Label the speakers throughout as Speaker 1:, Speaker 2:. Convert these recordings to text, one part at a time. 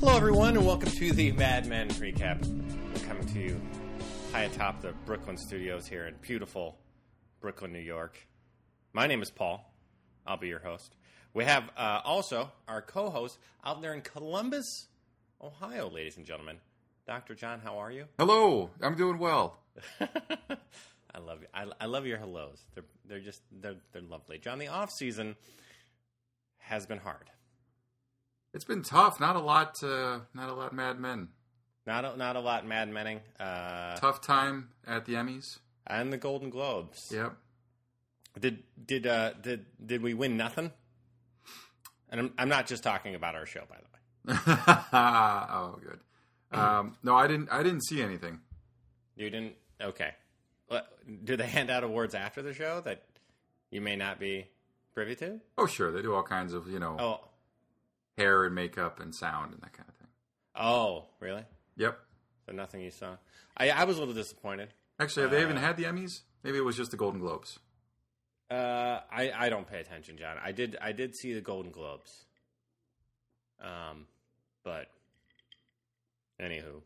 Speaker 1: Hello, everyone, and welcome to the Mad Men Recap. We're coming to you high atop the Brooklyn studios here in beautiful Brooklyn, New York. My name is Paul. I'll be your host. We have uh, also our co host out there in Columbus, Ohio, ladies and gentlemen. Dr. John, how are you?
Speaker 2: Hello, I'm doing well.
Speaker 1: I love you. I, I love your hellos. They're they're just they're they're lovely. John, the off season has been hard.
Speaker 2: It's been tough. Not a lot. Uh, not a lot. Mad Men.
Speaker 1: Not a, not a lot mad menning. Uh,
Speaker 2: Tough time at the Emmys.
Speaker 1: and the Golden Globes.
Speaker 2: Yep.
Speaker 1: Did did uh did did we win nothing? And I'm I'm not just talking about our show, by the way.
Speaker 2: oh, good. Um, no, I didn't. I didn't see anything.
Speaker 1: You didn't. Okay. What- Do they hand out awards after the show that you may not be privy to?
Speaker 2: Oh, sure, they do all kinds of you know
Speaker 1: Oh,
Speaker 2: hair and makeup and sound and that kind of thing.
Speaker 1: oh, really?
Speaker 2: Yep.
Speaker 1: So nothing you saw. I I was a little disappointed.
Speaker 2: Actually, have they even had the Emmys? Maybe it was just the Golden Globes.
Speaker 1: Uh, I I don't pay attention, John. I did I did see the Golden Globes. Um, but anywho,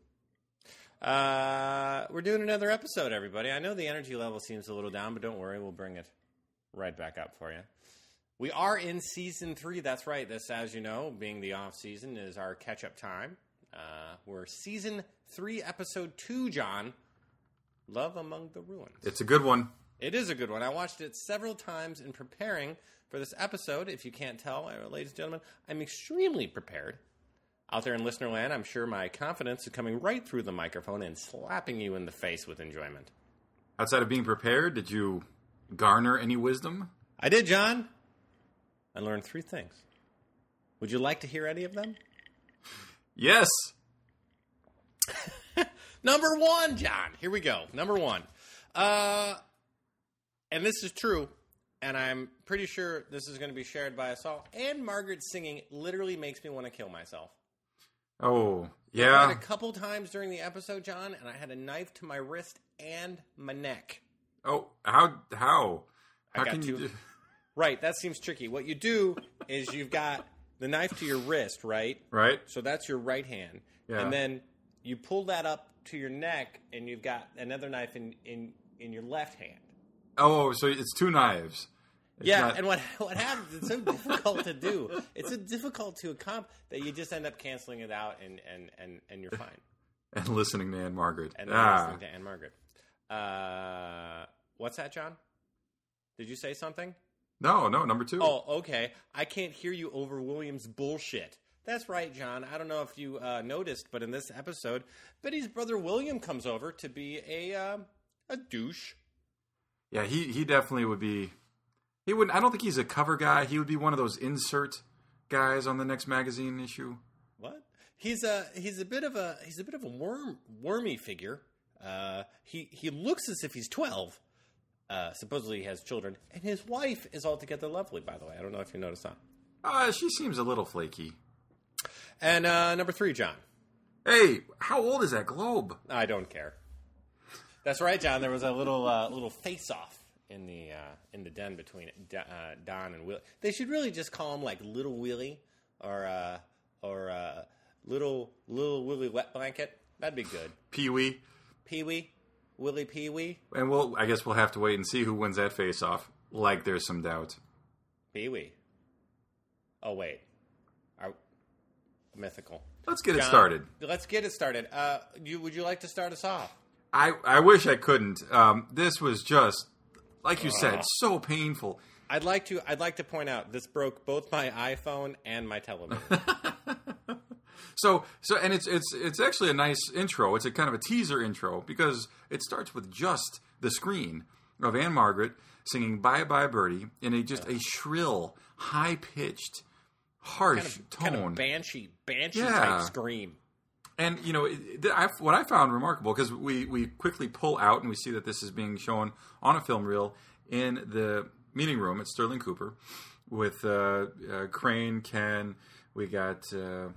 Speaker 1: uh, we're doing another episode, everybody. I know the energy level seems a little down, but don't worry, we'll bring it right back up for you. We are in season three. That's right. This, as you know, being the off season, is our catch up time. Uh, we're season three, episode two, John. Love among the ruins.
Speaker 2: It's a good one.
Speaker 1: It is a good one. I watched it several times in preparing for this episode. If you can't tell, uh, ladies and gentlemen, I'm extremely prepared. Out there in listener land, I'm sure my confidence is coming right through the microphone and slapping you in the face with enjoyment.
Speaker 2: Outside of being prepared, did you garner any wisdom?
Speaker 1: I did, John. I learned three things. Would you like to hear any of them?
Speaker 2: Yes.
Speaker 1: Number one, John. Here we go. Number one. Uh, and this is true, and I'm pretty sure this is going to be shared by us all. And Margaret singing literally makes me want to kill myself. I
Speaker 2: Oh,
Speaker 1: had
Speaker 2: yeah.
Speaker 1: a couple times during the episode, John, and I had a knife to my wrist and my neck.
Speaker 2: Oh, how how how
Speaker 1: got
Speaker 2: can you?
Speaker 1: two.
Speaker 2: do-
Speaker 1: Right, that seems tricky. What you do is you've got the knife to your wrist, right?
Speaker 2: Right.
Speaker 1: So that's your right hand.
Speaker 2: Yeah.
Speaker 1: And then you pull that up to your neck and you've got another knife in in, in your left hand.
Speaker 2: Oh, so it's two knives. It's
Speaker 1: yeah,
Speaker 2: not-
Speaker 1: and what what happens? It's so difficult to do. It's so difficult to accomplish that you just end up canceling it out, and and and, and you're fine.
Speaker 2: and listening to Anne Margaret.
Speaker 1: and then
Speaker 2: ah,
Speaker 1: listening to Anne Margaret. Uh, what's that, John? Did you say something?
Speaker 2: no, no, number two.
Speaker 1: Oh, okay. I can't hear you over Williams' bullshit. That's right, John. I don't know if you uh, noticed, but in this episode, Betty's brother William comes over to be a um, a douche.
Speaker 2: Yeah, he he definitely would be. He wouldn't. I don't think he's a cover guy. He would be one of those insert guys on the next magazine issue.
Speaker 1: What? He's a he's a bit of a he's a bit of a worm wormy figure. Uh, he he looks as if he's twelve. Uh, supposedly he has children, and his wife is altogether lovely. By the way, I don't know if you noticed that.
Speaker 2: Uh, she seems a little flaky.
Speaker 1: And uh, number three, John.
Speaker 2: Hey, how old is that globe?
Speaker 1: I don't care. That's right, John. There was a little uh, little face off in the uh, in the den between D- uh, Don and Willie. They should really just call him like Little Willie or uh, or uh, Little Little Willie Wet Blanket. That'd be good.
Speaker 2: Pee Wee.
Speaker 1: Pee Wee, Willie Pee Wee,
Speaker 2: And we'll. I guess we'll have to wait and see who wins that face off. Like there's some doubt.
Speaker 1: Pee Wee. Oh wait, Are, mythical.
Speaker 2: Let's get it
Speaker 1: John,
Speaker 2: started.
Speaker 1: Let's get it started. Uh, you would you like to start us off?
Speaker 2: I I wish I couldn't. Um, this was just like you said, so painful.
Speaker 1: I'd like to. I'd like to point out this broke both my iPhone and my television.
Speaker 2: So so and it's it's it's actually a nice intro. It's a kind of a teaser intro because it starts with just the screen of Anne Margaret singing "Bye Bye Birdie" in a just a shrill, high pitched, harsh tone.
Speaker 1: kind of banshee, banshee
Speaker 2: Yeah.
Speaker 1: type scream.
Speaker 2: And you know it, it- I, what I found remarkable because we we quickly pull out and we see that this is being shown on a film reel in the meeting room at Sterling Cooper with uh, uh, Crane, Ken, we got uh,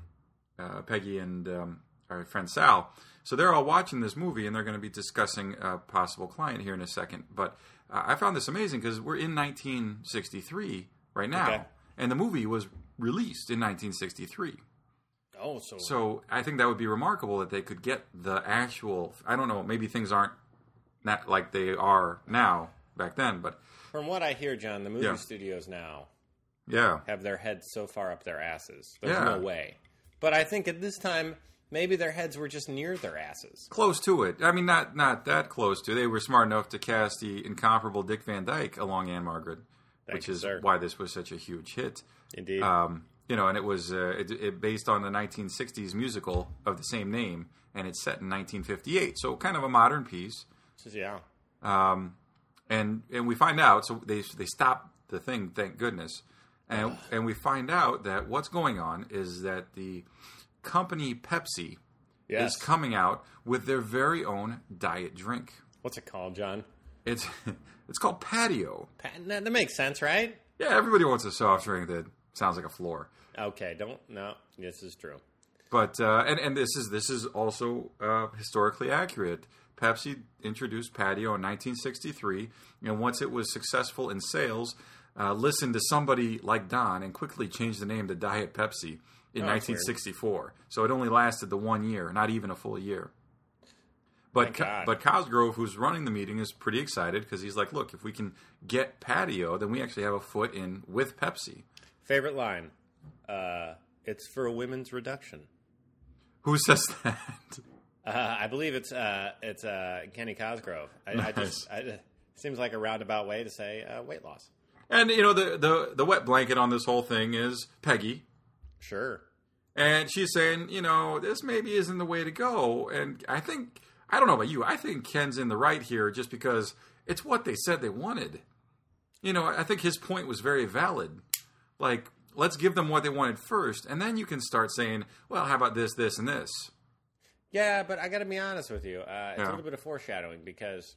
Speaker 2: uh, Peggy and um, our friend Sal. So they're all watching this movie and they're going to be discussing a possible client here in a second. But uh, I found this amazing because we're in 1963 right now,
Speaker 1: Okay.
Speaker 2: and the movie was released in 1963.
Speaker 1: Oh, so,
Speaker 2: So I think that would be remarkable that they could get the actual. I don't know. Maybe things aren't not like they are now back then, but
Speaker 1: from what I hear, John, the movie
Speaker 2: Yeah.
Speaker 1: studios now
Speaker 2: yeah,
Speaker 1: have their heads so far up their asses. There's
Speaker 2: Yeah.
Speaker 1: no way. But I think at this time, maybe their heads were just near their asses.
Speaker 2: close to it. I mean, not not that close to. They were smart enough to cast the incomparable Dick Van Dyke along Anne Margaret, which
Speaker 1: you,
Speaker 2: is
Speaker 1: sir.
Speaker 2: why this was such a huge hit.
Speaker 1: Indeed.
Speaker 2: Um, you know, and it was uh, it, it based on the 1960s musical of the same name, and it's set in 1958, so kind of a modern piece. Uh,
Speaker 1: yeah.
Speaker 2: and and we find out so they they stop the thing thank goodness and and we find out that what's going on is that the company Pepsi
Speaker 1: Yes.
Speaker 2: is coming out with their very own diet drink
Speaker 1: What's it called, John?
Speaker 2: it's it's called patio
Speaker 1: Pat- that that makes sense, right?
Speaker 2: yeah everybody wants a soft drink that sounds like a floor
Speaker 1: Okay, don't. No, this is true.
Speaker 2: but uh, and and this is this is also uh, historically accurate. Pepsi introduced Patio in 1963, and once it was successful in sales, uh, listened to somebody like Don and quickly changed the name to Diet Pepsi in
Speaker 1: Oh, that's weird.
Speaker 2: 1964. So it only lasted the one year, not even a full year. But
Speaker 1: Thank
Speaker 2: Co-
Speaker 1: God.
Speaker 2: but Cosgrove, who's running the meeting, is pretty excited because he's like, "Look, if we can get Patio, then we actually have a foot in with Pepsi."
Speaker 1: Favorite line? Uh, it's for a women's reduction.
Speaker 2: Who says that?
Speaker 1: Uh, I believe it's uh, it's uh, Kenny Cosgrove. I, I just I, it seems like a roundabout way to say uh, weight loss.
Speaker 2: And you know the, the the wet blanket on this whole thing is Peggy,
Speaker 1: Sure.
Speaker 2: and she's saying, you know, this maybe isn't the way to go. And I think I don't know about you, I think Ken's in the right here, just because it's what they said they wanted. You know, I think his point was very valid. Like, let's give them what they wanted first, and then you can start saying, well, how about this, this, and this?
Speaker 1: Yeah, but I got to be honest with you. Uh, it's
Speaker 2: Yeah.
Speaker 1: a little bit of foreshadowing because,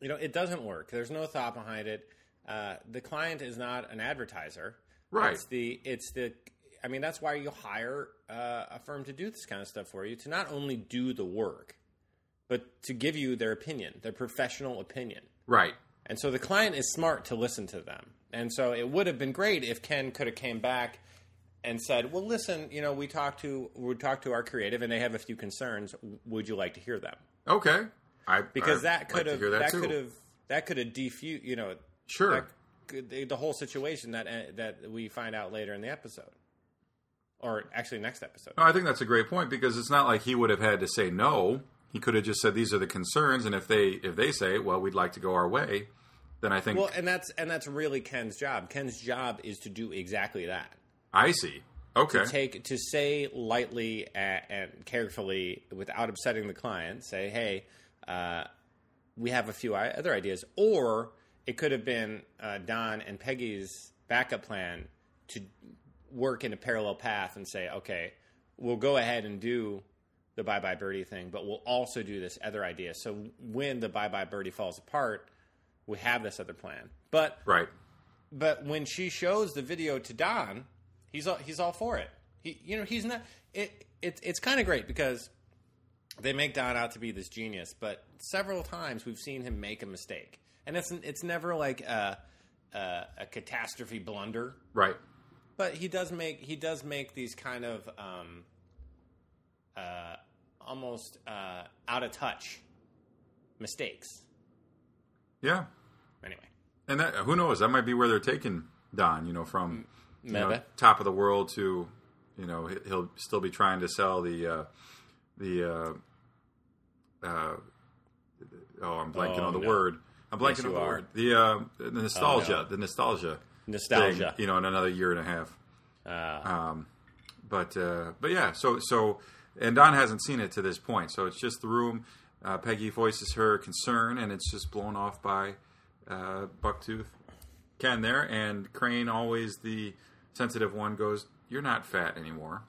Speaker 1: you know, it doesn't work. There's no thought behind it. Uh, the client is not an advertiser.
Speaker 2: Right.
Speaker 1: It's the it's the. I mean, that's why you hire uh, a firm to do this kind of stuff for you to not only do the work, but to give you their opinion, their professional opinion.
Speaker 2: Right.
Speaker 1: And so the client is smart to listen to them. And so it would have been great if Ken could have came back and said, "Well, listen, you know, we talked to we talked to our creative, and they have a few concerns. Would you like to hear them?"
Speaker 2: Okay. I
Speaker 1: Because
Speaker 2: I'd
Speaker 1: that
Speaker 2: like
Speaker 1: could
Speaker 2: to
Speaker 1: have
Speaker 2: hear
Speaker 1: that,
Speaker 2: too.
Speaker 1: could have that could have defused, you know,
Speaker 2: sure.
Speaker 1: that could- the, the whole situation that uh, that we find out later in the episode, or actually next episode.
Speaker 2: No, I think that's a great point because it's not like he would have had to say no. He could have just said these are the concerns, and if they if they say, well, we'd like to go our way, then I think
Speaker 1: Well, and that's and that's really Ken's job. Ken's job is to do exactly that.
Speaker 2: I see. Okay,
Speaker 1: take to say lightly and, and carefully without upsetting the client say hey uh, we have a few i- other ideas or it could have been uh, don and peggy's backup plan to work in a parallel path and say okay we'll go ahead and do the bye bye birdie thing but we'll also do this other idea so when the bye bye birdie falls apart we have this other plan but
Speaker 2: right.
Speaker 1: but when she shows the video to Don, he's all, he's all for it. He you know he's not. It, it it's kind of great because they make Don out to be this genius, but several times we've seen him make a mistake, and it's it's never like a a, a catastrophe blunder,
Speaker 2: Right.
Speaker 1: but he does make he does make these kind of um, uh, almost uh, out of touch mistakes.
Speaker 2: Yeah.
Speaker 1: Anyway,
Speaker 2: And that who knows? That might be where they're taking Don. You know, from you know,
Speaker 1: Maybe.
Speaker 2: top of the world to you know he- he'll still be trying to sell the uh, the uh, uh, oh I'm blanking
Speaker 1: Oh,
Speaker 2: on the
Speaker 1: no.
Speaker 2: word. I'm
Speaker 1: Yes,
Speaker 2: blanking on
Speaker 1: you
Speaker 2: the
Speaker 1: are. Oh,
Speaker 2: word. The uh, the nostalgia. The nostalgia. thing,
Speaker 1: nostalgia.
Speaker 2: you know, in another year and a half.
Speaker 1: Uh,
Speaker 2: Um, but uh, but yeah, so so and Don hasn't seen it to this point, so it's just the room. Uh, Peggy voices her concern, and it's just blown off by uh, Bucktooth Ken there, and Crane, always the sensitive one, goes, "You're not fat anymore."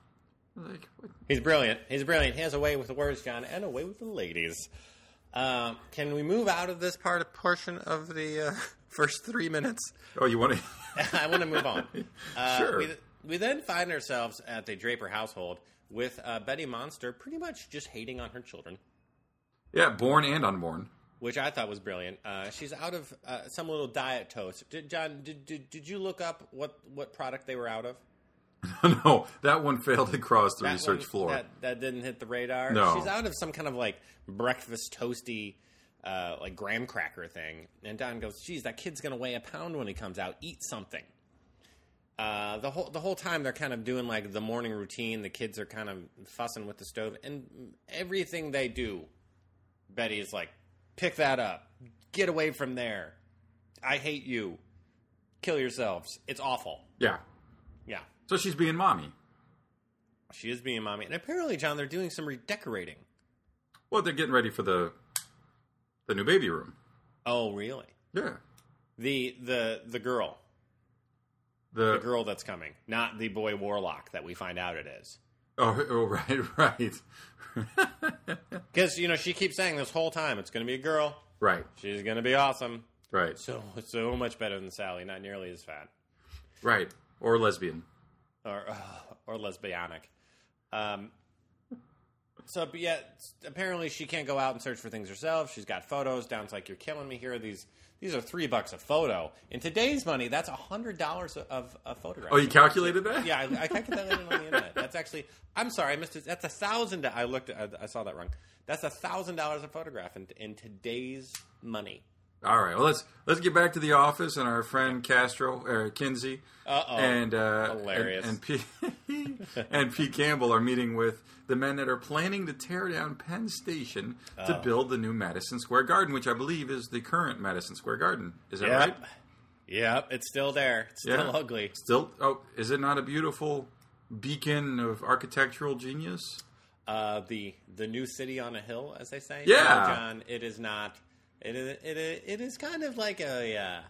Speaker 2: Like, what?
Speaker 1: He's brilliant. He's brilliant. He has a way with the words, John, and a way with the ladies. Um, can we move out of this part of portion of the uh, first three minutes?
Speaker 2: oh, you want to?
Speaker 1: I want to move on. Uh,
Speaker 2: Sure.
Speaker 1: We, we then find ourselves at the Draper household with uh, Betty Monster pretty much just hating on her children,
Speaker 2: yeah, born and unborn.
Speaker 1: which I thought was brilliant. Uh, she's out of uh, some little diet toast. Did, John, did, did, did you look up what, what product they were out of?
Speaker 2: no, that one failed to cross the
Speaker 1: That
Speaker 2: research
Speaker 1: one-
Speaker 2: floor.
Speaker 1: That, that didn't hit the radar.
Speaker 2: No.
Speaker 1: She's out of some kind of like breakfast toasty, uh, like graham cracker thing. And Don goes, "Geez, that kid's gonna weigh a pound when he comes out. Eat something." Uh, the whole the whole time they're kind of doing like the morning routine. The kids are kind of fussing with the stove, and everything they do, Betty is like, "Pick that up. Get away from there. I hate you. Kill yourselves. It's awful."
Speaker 2: yeah.
Speaker 1: Yeah.
Speaker 2: So she's being mommy.
Speaker 1: She is being mommy, and apparently, John, they're doing some redecorating.
Speaker 2: Well, they're getting ready for the the new baby room.
Speaker 1: Oh, really?
Speaker 2: Yeah.
Speaker 1: The the the girl,
Speaker 2: The,
Speaker 1: the girl that's coming, not the boy warlock that we find out it is.
Speaker 2: Oh, oh, right, right,
Speaker 1: Because you know she keeps saying this whole time it's going to be a girl.
Speaker 2: right,
Speaker 1: She's going to be awesome.
Speaker 2: right,
Speaker 1: So so much better than Sally. Not nearly as fat
Speaker 2: right. Or lesbian.
Speaker 1: or or lesbianic. Um. So, but yeah, apparently she can't go out and search for things herself. She's got photos. Down's like, "You're killing me here. are These these are three bucks a photo. In today's money, that's a hundred dollars of a photograph."
Speaker 2: Oh, you calculated that?
Speaker 1: Yeah, I, I can't get that on the internet. That's actually. I'm sorry, I missed it. That's a thousand. I looked. I, I saw that wrong. That's a thousand dollars a photograph in, in today's money.
Speaker 2: All right. Well, let's let's get back to the office and our friend Castro or Kinsey
Speaker 1: Uh-oh.
Speaker 2: and uh,
Speaker 1: Hilarious.
Speaker 2: and, and P and P Campbell are meeting with the men that are planning to tear down Penn Station
Speaker 1: Oh.
Speaker 2: to build the new Madison Square Garden, which I believe is the current Madison Square Garden. Is that right?
Speaker 1: Yep. It's still there. It's still
Speaker 2: Yeah.
Speaker 1: ugly.
Speaker 2: Still, oh, is it not a beautiful beacon of architectural genius?
Speaker 1: Uh, the the new city on a hill, as they say.
Speaker 2: Yeah.
Speaker 1: No, John. It is not. It is. It is, it is kind of like a uh,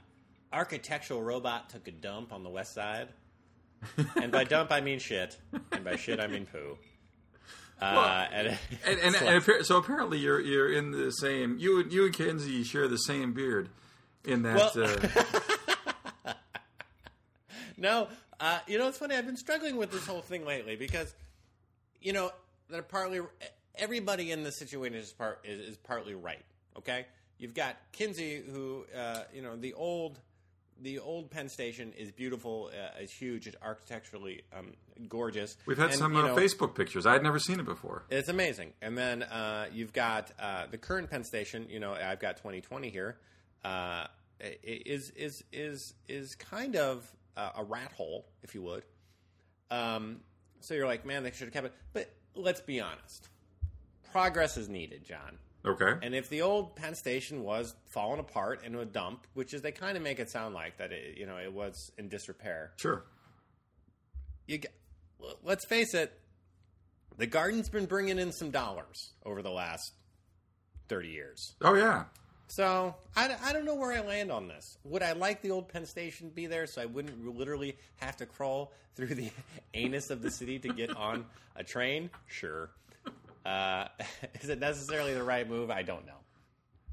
Speaker 1: architectural robot took a dump on the west side. and by dump, I mean shit. And by shit, I mean poo. Uh,
Speaker 2: Well,
Speaker 1: and,
Speaker 2: And, and,
Speaker 1: it's
Speaker 2: and appar- so apparently you're you're in the same you and you and Kenzie share the same beard in that
Speaker 1: Well-
Speaker 2: uh,
Speaker 1: No, uh, you know it's funny. I've been struggling with this whole thing lately because, you know, that partly everybody in this situation is part is, is partly right. Okay, you've got Kinsey, who uh, you know the old the old Penn Station is beautiful, uh, is huge, it's architecturally um, gorgeous.
Speaker 2: we've had
Speaker 1: And,
Speaker 2: some
Speaker 1: you
Speaker 2: uh,
Speaker 1: know,
Speaker 2: Facebook pictures I had never seen it before
Speaker 1: it's amazing. And then uh, you've got uh, the current Penn Station. You know, I've got 2020 here. Uh, i- is is is is kind of uh, a rat hole, if you would. Um, so you're like, man, they should have kept it. But let's be honest, progress is needed, John.
Speaker 2: okay
Speaker 1: And if the old Penn Station was falling apart into a dump, which is they kind of make it sound like that, it, you know, it was in disrepair
Speaker 2: sure
Speaker 1: you g- let's face it, the garden's been bringing in some dollars over the last 30 years.
Speaker 2: oh yeah
Speaker 1: So I, d- I don't know where I land on this. Would I like the old Penn Station to be there so I wouldn't r- literally have to crawl through the anus of the city to get on a train? Sure. Uh, is it necessarily the right move? I don't know.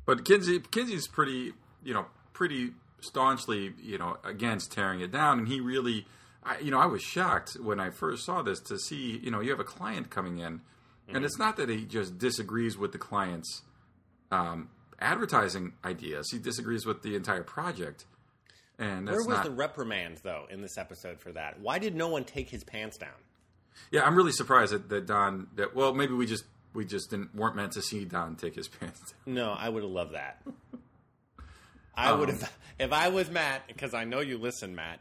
Speaker 2: but Kinsey Kinsey's pretty you know pretty staunchly you know against tearing it down and he really I, you know I was shocked when I first saw this to see you know you have a client coming in and it's not that he just disagrees with the client's um, advertising ideas he disagrees with the entire project and that's
Speaker 1: Where was
Speaker 2: not
Speaker 1: the reprimand, though, in this episode for that? Why did no one take his pants down?
Speaker 2: Yeah, I'm really surprised that, that Don. That well, maybe we just we just didn't weren't meant to see Don take his pants. down.
Speaker 1: No, I would have loved that. I would have, if I was Matt, because I know you listen, Matt.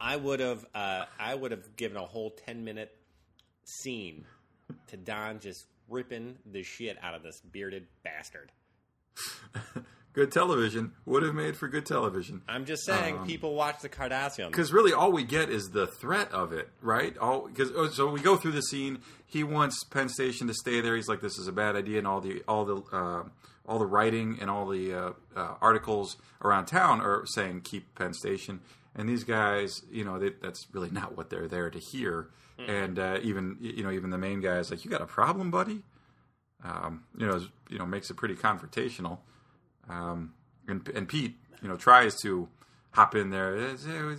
Speaker 1: I would have, uh, I would have given a whole ten minute scene to Don just ripping the shit out of this bearded bastard.
Speaker 2: Good television would have made for good television
Speaker 1: I'm just saying, people watch the Kardashians.
Speaker 2: because really all we get is the threat of it, right? All because oh, so we go through the scene. He wants Penn Station to stay there. He's like, this is a bad idea, and all the all the uh, all the writing and all the uh, uh, articles around town are saying keep Penn Station. And these guys, you know, they, that's really not what they're there to hear. And uh, even you know, even the main guy is like, you got a problem, buddy. Um, you know, is- you know, makes it pretty confrontational. Um, and and Pete, you know, tries to hop in there. It's, eh,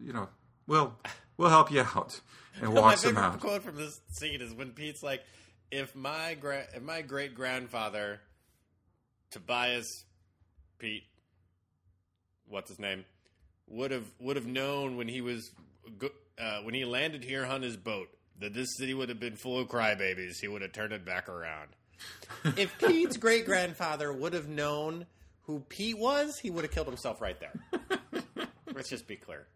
Speaker 2: You know, we'll we'll help you out, and
Speaker 1: My
Speaker 2: walks him
Speaker 1: favorite
Speaker 2: out.
Speaker 1: quote from this scene is when Pete's like, "If my gra- if my great grandfather, Tobias Pete, what's his name, would have would have known when he was go- uh, when he landed here on his boat, that this city would have been full of crybabies. He would have turned it back around. if Pete's great grandfather would have known who Pete was, he would have killed himself right there. Let's just be clear.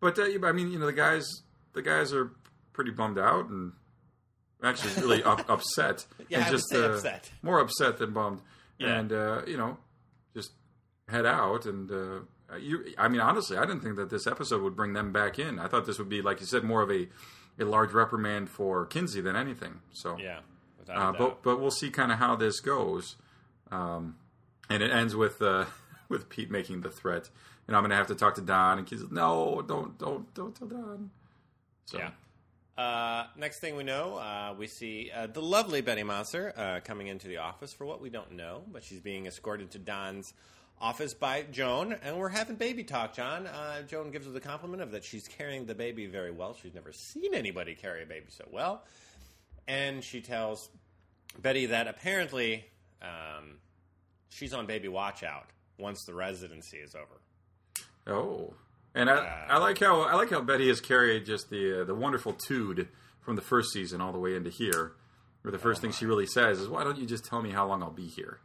Speaker 2: But uh, I mean, you know, the guys the guys are pretty bummed out and actually really up, upset.
Speaker 1: Yeah,
Speaker 2: and
Speaker 1: I would
Speaker 2: just,
Speaker 1: say
Speaker 2: uh,
Speaker 1: upset.
Speaker 2: More upset than bummed.
Speaker 1: Yeah.
Speaker 2: And uh, you know, just head out and uh, you. I mean, honestly, I didn't think that this episode would bring them back in. I thought this would be, like you said, more of a a large reprimand for Kinsey than anything. So
Speaker 1: Yeah. without a
Speaker 2: uh,
Speaker 1: doubt.
Speaker 2: but but we'll see kind of how this goes, um, and it ends with uh, with Pete making the threat, and I'm gonna have to talk to Don, and he's like, no, don't don't don't tell Don. So
Speaker 1: Yeah. Uh, next thing we know, uh, we see uh, the lovely Betty Monster uh, coming into the office for what we don't know, but she's being escorted to Don's office by Joan, and we're having baby talk, John. Uh, Joan gives her the compliment of that she's carrying the baby very well. She's never seen anybody carry a baby so well. And she tells Betty that apparently um, she's on baby watch out once the residency is over.
Speaker 2: Oh, and I, I like how I like how Betty has carried just the uh, the wonderful Tude from the first season all the way into here, where the
Speaker 1: Oh
Speaker 2: first thing she really says is, "Why don't you just tell me how long I'll be here?"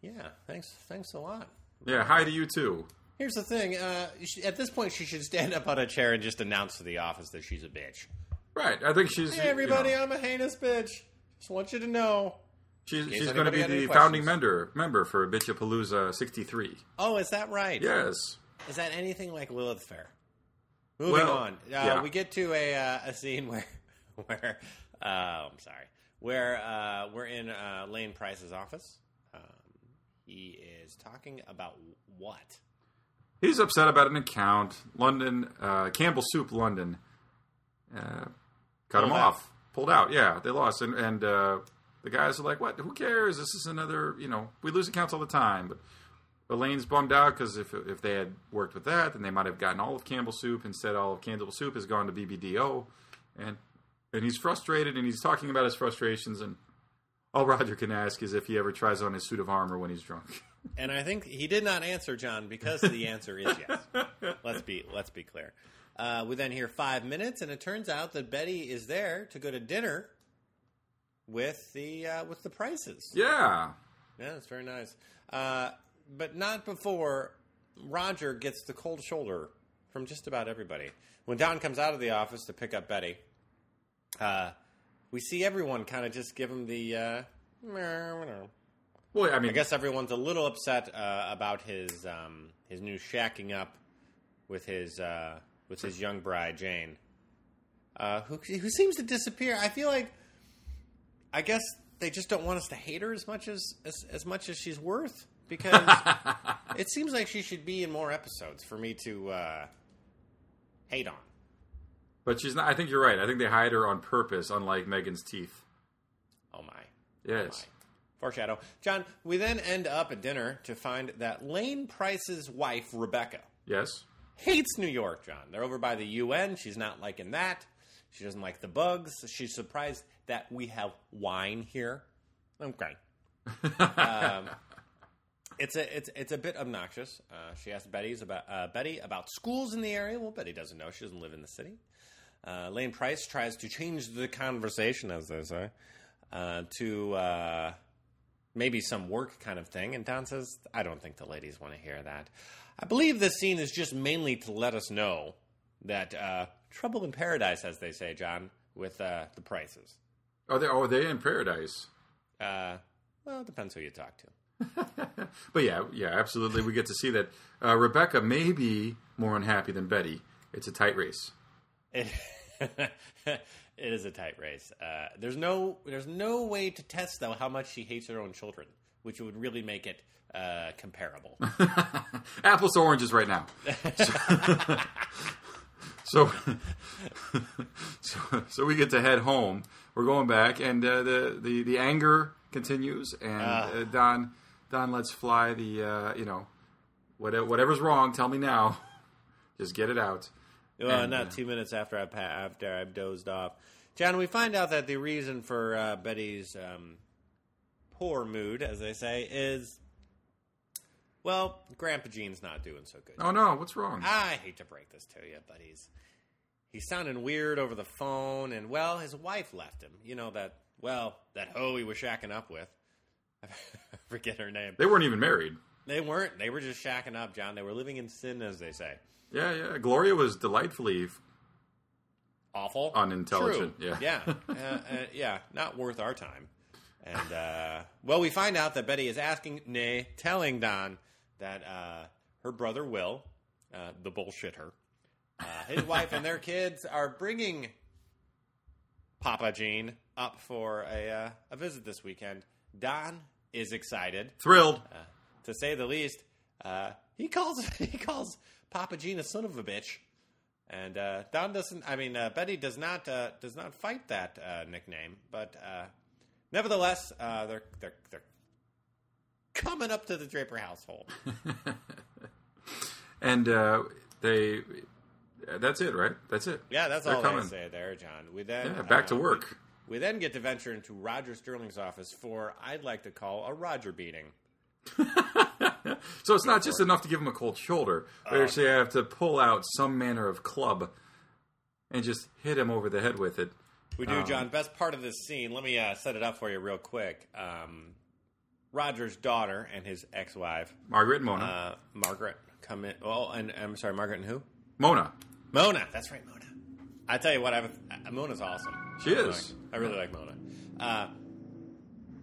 Speaker 1: Yeah, thanks, thanks a lot.
Speaker 2: Yeah, hi to you too.
Speaker 1: Here's the thing. Uh, she, at this point, she should stand up on a chair and just announce to the office that she's a bitch.
Speaker 2: Right, I think she's you
Speaker 1: Hey, everybody,
Speaker 2: know,
Speaker 1: I'm a heinous bitch. Just want you to know.
Speaker 2: she's
Speaker 1: case
Speaker 2: she's going to
Speaker 1: anybody
Speaker 2: be
Speaker 1: had any
Speaker 2: the founding
Speaker 1: questions.
Speaker 2: member member for Bitchapalooza '63.
Speaker 1: Oh, is that right?
Speaker 2: Yes.
Speaker 1: Is that anything like Lilith Fair? Moving
Speaker 2: Well,
Speaker 1: on. Uh,
Speaker 2: yeah.
Speaker 1: We get to a, uh, a scene where where uh, I'm sorry, where uh, we're in uh, Lane Price's office. Um, he is talking about what?
Speaker 2: He's upset about an account. London, uh, Campbell Soup London, uh, cut him
Speaker 1: out.
Speaker 2: off, pulled out. Yeah, they lost, and and uh, the guys are like, "What? Who cares? This is another. You know, we lose accounts all the time." But Elaine's bummed out because if if they had worked with that, then they might have gotten all of Campbell Soup. Instead, all of Campbell Soup has gone to BBDO, and and he's frustrated, and he's talking about his frustrations, and all Roger can ask is if he ever tries on his suit of armor when he's drunk.
Speaker 1: And I think he did not answer John because the answer is yes. let's be let's be clear. Uh, we then hear five minutes, and it turns out that Betty is there to go to dinner with the uh, with the prices.
Speaker 2: yeah,
Speaker 1: Yeah, that's very nice. Uh, but not before Roger gets the cold shoulder from just about everybody. When Don comes out of the office to pick up Betty, uh, we see everyone kind of just give him the. Uh, "Meow, meow."
Speaker 2: well, I mean,
Speaker 1: I guess everyone's a little upset uh, about his um, his new shacking up with his uh, with his young bride Jane, uh, who who seems to disappear. I feel like I guess they just don't want us to hate her as much as as, as much as she's worth because it seems like she should be in more episodes for me to uh, hate on.
Speaker 2: But she's not. I think you're right. I think they hide her on purpose, unlike Megan's teeth.
Speaker 1: Oh my.
Speaker 2: Yes.
Speaker 1: Foreshadow. John, we then end up at dinner to find that Lane Price's wife, Rebecca,
Speaker 2: Yes.
Speaker 1: hates New York, John. They're over by the UN. She's not liking that. She doesn't like the bugs. She's surprised that we have wine here. Okay. um, it's a it's it's a bit obnoxious. Uh, she asked Betty's about uh, Betty about schools in the area. Well, Betty doesn't know. She doesn't live in the city. Uh, Lane Price tries to change the conversation, as they say, uh, to uh, maybe some work kind of thing. And Don says, I don't think the ladies want to hear that. I believe this scene is just mainly to let us know that uh, trouble in paradise, as they say, John, with uh, the prices.
Speaker 2: Are they? oh, Are they in paradise?
Speaker 1: Uh, well, it depends who you talk to.
Speaker 2: But yeah, yeah, absolutely. We get to see that uh, Rebecca may be more unhappy than Betty. It's a tight race.
Speaker 1: It, it is a tight race. Uh, there's no there's no way to test though how much she hates her own children, which would really make it uh, comparable.
Speaker 2: Apples to oranges right now. So, so, so, so we get to head home. We're going back, and uh, the, the the anger continues, and uh, Don Don lets fly the uh, you know whatever, whatever's wrong. Tell me now. Just get it out.
Speaker 1: Well, not two minutes after I pa- after I've dozed off, John. We find out that the reason for uh, Betty's um, poor mood, as they say, is well, Grandpa Gene's not doing so good.
Speaker 2: Oh no, what's wrong?
Speaker 1: Ah. I hate to break this to you, buddies. he's sounding weird over the phone, and well, his wife left him. You know that well that hoe he was shacking up with. I forget her name.
Speaker 2: They weren't even married.
Speaker 1: They weren't. They were just shacking up, John. They were living in sin, as they say.
Speaker 2: Yeah, yeah. Gloria was delightfully.
Speaker 1: Awful,
Speaker 2: Unintelligent,
Speaker 1: True.
Speaker 2: yeah.
Speaker 1: yeah, uh, uh, yeah. Not worth our time. And uh, well, we find out that Betty is asking, nay, telling Don that uh, her brother Will, uh, the bullshitter, uh, his wife and their kids are bringing Papa Gene up for a uh, a visit this weekend. Don is excited
Speaker 2: Thrilled.
Speaker 1: uh, to say the least. Uh, he calls he calls Papa Gene a son of a bitch, and uh, Don doesn't. I mean, uh, Betty does not uh, does not fight that uh, nickname, but uh, nevertheless, uh, they're they're they're coming up to the Draper household.
Speaker 2: And uh, they. That's it, right? That's it.
Speaker 1: Yeah, that's
Speaker 2: They're
Speaker 1: all I
Speaker 2: coming.
Speaker 1: say there, John. We then
Speaker 2: Yeah, back to
Speaker 1: uh,
Speaker 2: work.
Speaker 1: We then get to venture into Roger Sterling's office for I'd like to call a Roger beating.
Speaker 2: So it's not just enough to give him a cold shoulder. They
Speaker 1: Uh,
Speaker 2: actually have to pull out some manner of club and just hit him over the head with it.
Speaker 1: We
Speaker 2: Um,
Speaker 1: do, John. Best part of this scene. Let me uh, set it up for you real quick. Um, Roger's daughter and his ex-wife,
Speaker 2: Margaret and Mona.
Speaker 1: uh, Margaret, come in. Oh, and I'm sorry, Margaret and who?
Speaker 2: Mona.
Speaker 1: Mona. That's right, Mona. I tell you what, I've, uh, Mona's awesome.
Speaker 2: She is.
Speaker 1: I really like Mona. Uh,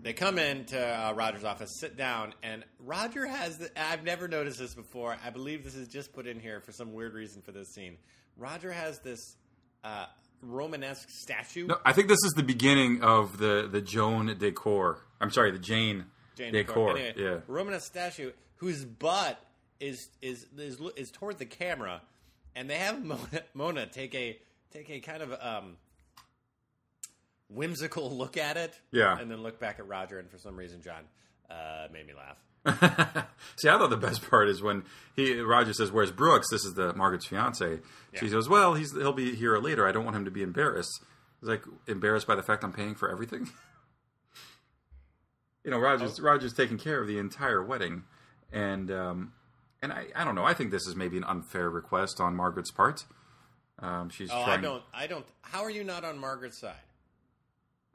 Speaker 1: they come into uh, Roger's office, sit down, and Roger has. The, I've never noticed this before. I believe this is just put in here for some weird reason for this scene. Roger has this uh, Romanesque statue.
Speaker 2: No, I think this is the beginning of the, the Joan decor. I'm sorry, the Jane,
Speaker 1: Jane
Speaker 2: decor.
Speaker 1: Anyway,
Speaker 2: Yeah.
Speaker 1: Romanesque statue whose butt is is is lo- is toward the camera, and they have Mona, Mona take a take a kind of um whimsical look at it,
Speaker 2: Yeah.
Speaker 1: and then look back at Roger, and for some reason John uh, made me laugh.
Speaker 2: See, I thought the best part is when he Roger says, "Where's Brooks?" This is the Margaret's fiance. She goes, "Well, he's he'll be here later. I don't want him to be embarrassed." He's like embarrassed by the fact I'm paying for everything. you know,
Speaker 1: Oh.
Speaker 2: Roger's Roger's taking care of the entire wedding, and um, and I, I don't know. I think this is maybe an unfair request on Margaret's part. Um, she's
Speaker 1: Oh,
Speaker 2: trying
Speaker 1: I don't, I don't. How are you not on Margaret's side?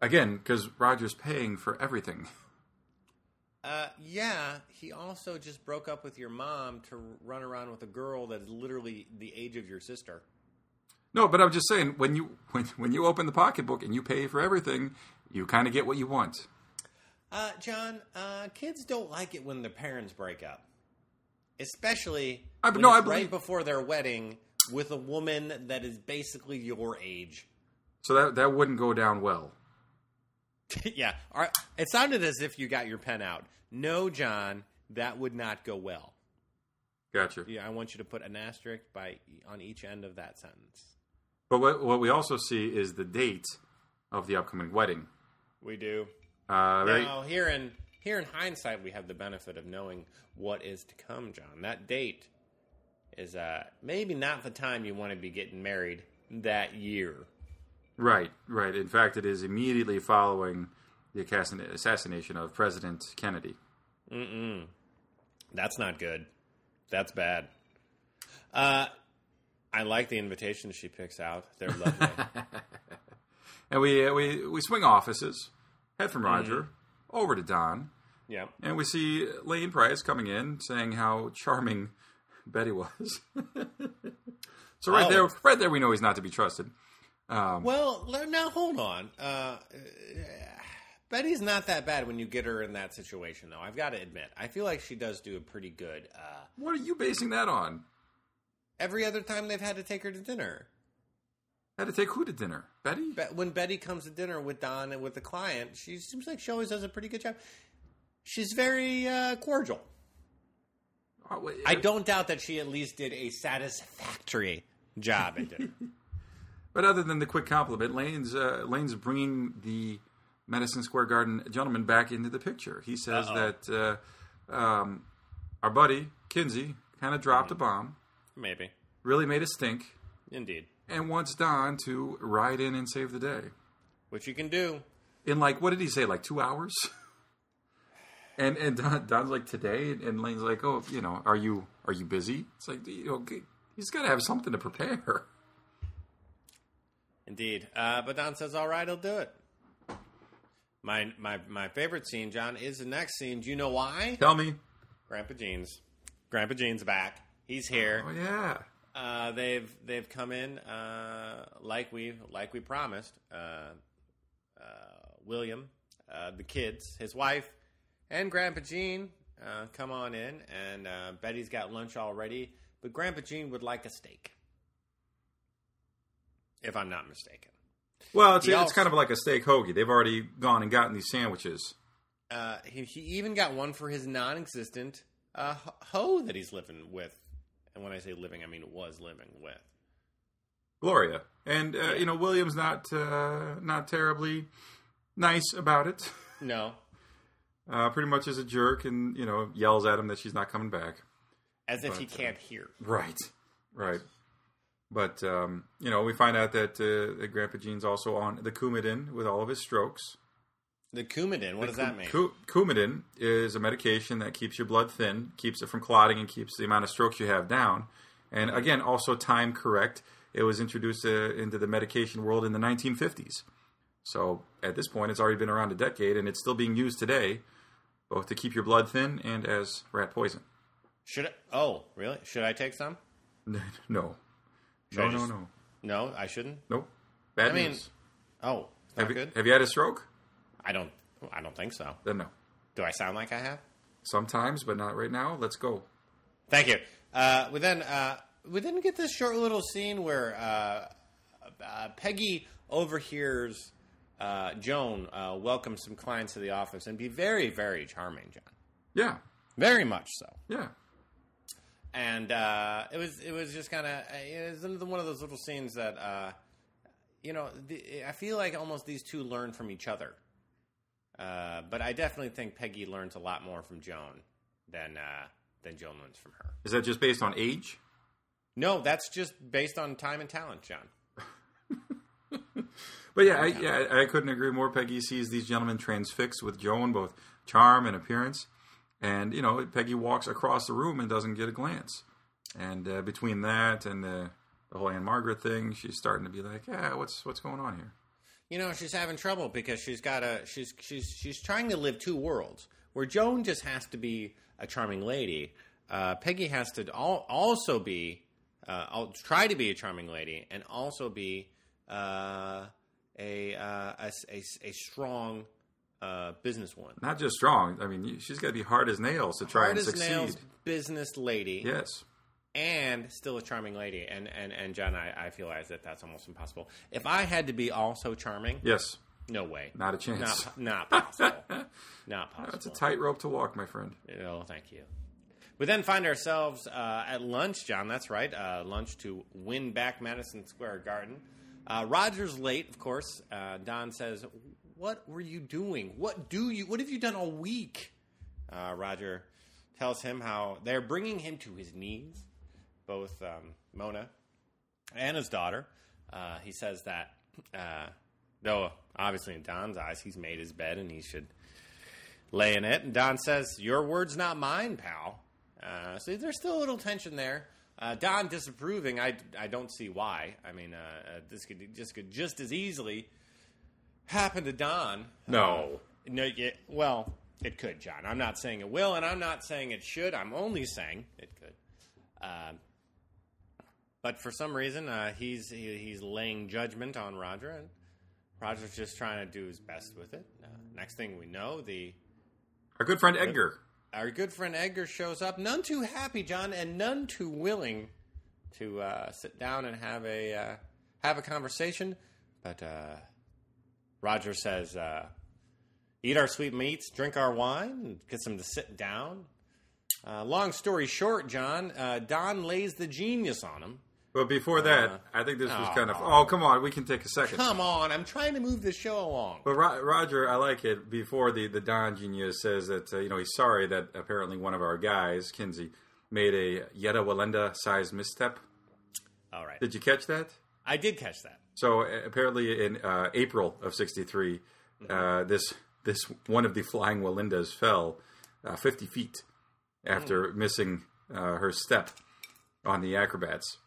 Speaker 2: again because Roger's paying for everything.
Speaker 1: Uh, yeah, he also just broke up with your mom to run around with a girl that's literally the age of your sister.
Speaker 2: No, but I'm just saying when you when when you open the pocketbook and you pay for everything, you kind of get what you want.
Speaker 1: Uh, John, uh, kids don't like it when their parents break up, especially
Speaker 2: I- but
Speaker 1: when
Speaker 2: no,
Speaker 1: it's
Speaker 2: I believe-
Speaker 1: right before their wedding with a woman that is basically your age.
Speaker 2: So that that wouldn't go down well.
Speaker 1: yeah, all right. it sounded as if you got your pen out. No, John, that would not go well.
Speaker 2: Gotcha.
Speaker 1: Yeah, I want you to put an asterisk by on each end of that sentence.
Speaker 2: But what what we also see is the date of the upcoming wedding.
Speaker 1: We do.
Speaker 2: Uh, very-
Speaker 1: Now, here in here in hindsight, we have the benefit of knowing what is to come, John. That date is uh, maybe not the time you want to be getting married that year.
Speaker 2: Right, right. In fact, it is immediately following the assassin- assassination of President Kennedy.
Speaker 1: That's not good. That's bad. Uh, I like the invitations she picks out. They're lovely.
Speaker 2: And we uh, we we swing offices, head from Roger over to Don,
Speaker 1: yep.
Speaker 2: and we see Lane Price coming in saying how charming Betty was. so right
Speaker 1: Oh.
Speaker 2: there, right there, we know he's not to be trusted.
Speaker 1: Well, le- now hold on. Uh, uh, Betty's not that bad when you get her in that situation, though. I've got to admit, I feel like she does do a pretty good. Uh,
Speaker 2: What are you basing that on?
Speaker 1: every other time they've had to take her to dinner.
Speaker 2: Had to take who to dinner? Betty?
Speaker 1: Be- when Betty comes to dinner with Don and with the client, she seems like she always does a pretty good job. She's very uh, cordial.
Speaker 2: Oh, wait,
Speaker 1: I don't doubt that she at least did a satisfactory job at dinner.
Speaker 2: But other than the quick compliment, Lane's uh, Lane's bringing the Madison Square Garden gentleman back into the picture. He says that uh, um, our buddy Kinsey kind of dropped a bomb,
Speaker 1: Maybe,
Speaker 2: really made us think,
Speaker 1: indeed,
Speaker 2: and wants Don to ride in and save the day.
Speaker 1: which you can do.
Speaker 2: In like what did he say? Like two hours. and and Don, Don's like today, and Lane's like, oh, you know, are you are you busy? It's like you know, he's got to have something to prepare.
Speaker 1: Indeed. Uh, but Don says, all right, he'll do it. My, my, my favorite scene, John, is the next scene. Do you know why?
Speaker 2: Tell me.
Speaker 1: Grandpa Jean's. Grandpa Jean's back. He's here.
Speaker 2: Oh yeah.
Speaker 1: Uh, they've they've come in uh, like we like we promised. Uh, uh, William, uh, the kids, his wife, and Grandpa Gene uh, come on in, and uh, Betty's got lunch already. But Grandpa Gene would like a steak, if I'm not mistaken.
Speaker 2: Well, it's,
Speaker 1: He
Speaker 2: it's
Speaker 1: also-
Speaker 2: kind of like a steak hoagie. They've already gone and gotten these sandwiches.
Speaker 1: Uh, he, he even got one for his non-existent uh, ho- hoe that he's living with. And when I say living, I mean was living with.
Speaker 2: Gloria and uh, you know William's not uh, not terribly nice about it.
Speaker 1: No,
Speaker 2: Uh, pretty much is a jerk and you know yells at him that she's not coming back.
Speaker 1: as if he can't hear.
Speaker 2: Right. Right. But um, you know we find out that, uh, that Grandpa Gene's also on the Coumadin with all of his strokes.
Speaker 1: The Coumadin, what does that mean?
Speaker 2: Cu- Coumadin is a medication that keeps your blood thin, keeps it from clotting, and keeps the amount of strokes you have down. And again, also time correct. It was introduced uh, into the medication world in the 1950s. So at this point, it's already been around a decade, and it's still being used today, both to keep your blood thin and as rat poison.
Speaker 1: Should I, oh really? Should I take some?
Speaker 2: no, no,
Speaker 1: I
Speaker 2: no,
Speaker 1: just-
Speaker 2: no,
Speaker 1: No, I shouldn't.
Speaker 2: nope. Bad
Speaker 1: I mean,
Speaker 2: news.
Speaker 1: Oh, it's not
Speaker 2: Have you,
Speaker 1: good.
Speaker 2: have you had a stroke?
Speaker 1: I don't. I don't think so.
Speaker 2: Then no.
Speaker 1: Do I sound like I have?
Speaker 2: Sometimes, but not right now. Let's go.
Speaker 1: Thank you. Uh, we then uh, we then get this short little scene where uh, uh, Peggy overhears uh, Joan uh, welcome some clients to the office and be very very charming, John.
Speaker 2: Yeah,
Speaker 1: Very much so.
Speaker 2: yeah.
Speaker 1: and uh, it was it was just kind of it was another one of those little scenes that uh, you know the, I feel like almost these two learn from each other, uh, but I definitely think Peggy learns a lot more from Joan than uh, than Joan learns from her.
Speaker 2: Is that just based on age?
Speaker 1: No, that's just based on time and talent, John.
Speaker 2: But yeah, I, yeah, I I couldn't agree more. Peggy sees these gentlemen transfixed with Joan, both charm and appearance, and you know Peggy walks across the room and doesn't get a glance. And uh, between that and the, the whole Anne Margaret thing, she's starting to be like, "Yeah, what's what's going on here?"
Speaker 1: You know she's having trouble because she's got a she's she's she's trying to live two worlds where Joan just has to be a charming lady. Uh, Peggy has to al- also be uh, I'll try to be a charming lady and also be uh, a, uh, a s- a s- a strong uh, businesswoman.
Speaker 2: Not just strong. I mean, she's got to be hard as nails to try
Speaker 1: Hard
Speaker 2: and
Speaker 1: as
Speaker 2: succeed.
Speaker 1: nails business lady
Speaker 2: Yes.
Speaker 1: and still a charming lady. And and and John, I, I realize that that's almost impossible. If I had to be also charming,
Speaker 2: Yes.
Speaker 1: no way,
Speaker 2: Not a chance.
Speaker 1: not, not possible. Not possible.
Speaker 2: That's a tightrope to walk, my friend.
Speaker 1: Oh, thank you. We then find ourselves uh, at lunch, John. That's right, uh, lunch to win back Madison Square Garden. Uh, Roger's late, of course. Uh, Don says, "What were you doing? What do you? What have you done all week?" Uh, Roger tells him how they're bringing him to his knees, both um, Mona and his daughter. Uh, he says that, uh, though obviously in Don's eyes, he's made his bed and he should lay in it. And Don says, Your word's not mine, pal. Uh, so there's still a little tension there. Uh, Don disapproving. I, I don't see why. I mean, uh, uh, this could just could just as easily happen to Don.
Speaker 2: No.
Speaker 1: Uh, no. It, well, it could, John. I'm not saying it will, and I'm not saying it should. I'm only saying it could. Um, but for some reason, uh, he's he, he's laying judgment on Roger, and Roger's just trying to do his best with it. Uh, next thing we know, the
Speaker 2: Our good friend Edgar.
Speaker 1: our good friend Edgar shows up, none too happy, John, and none too willing to uh, sit down and have a uh, have a conversation. But uh, Roger says, uh, "Eat our sweet meats, drink our wine, and get them to sit down." Uh, long story short, John, uh, Don lays the genius on him.
Speaker 2: But before that, I think this was kind of.
Speaker 1: Uh, Aw.
Speaker 2: Oh, come on, we can take a second.
Speaker 1: Come on, I'm trying to move the show along.
Speaker 2: But Ro- Roger, I like it. Before the the Don Genius says that uh, you know he's sorry that apparently one of our guys, Kinsey, made a Yetta Walenda sized misstep.
Speaker 1: All right,
Speaker 2: Did you catch that?
Speaker 1: I did catch that.
Speaker 2: So uh, apparently in uh, April of '63,
Speaker 1: Mm-hmm.
Speaker 2: uh, this this one of the flying Walendas fell uh, 50 feet after
Speaker 1: Mm.
Speaker 2: missing uh, her step on the acrobats,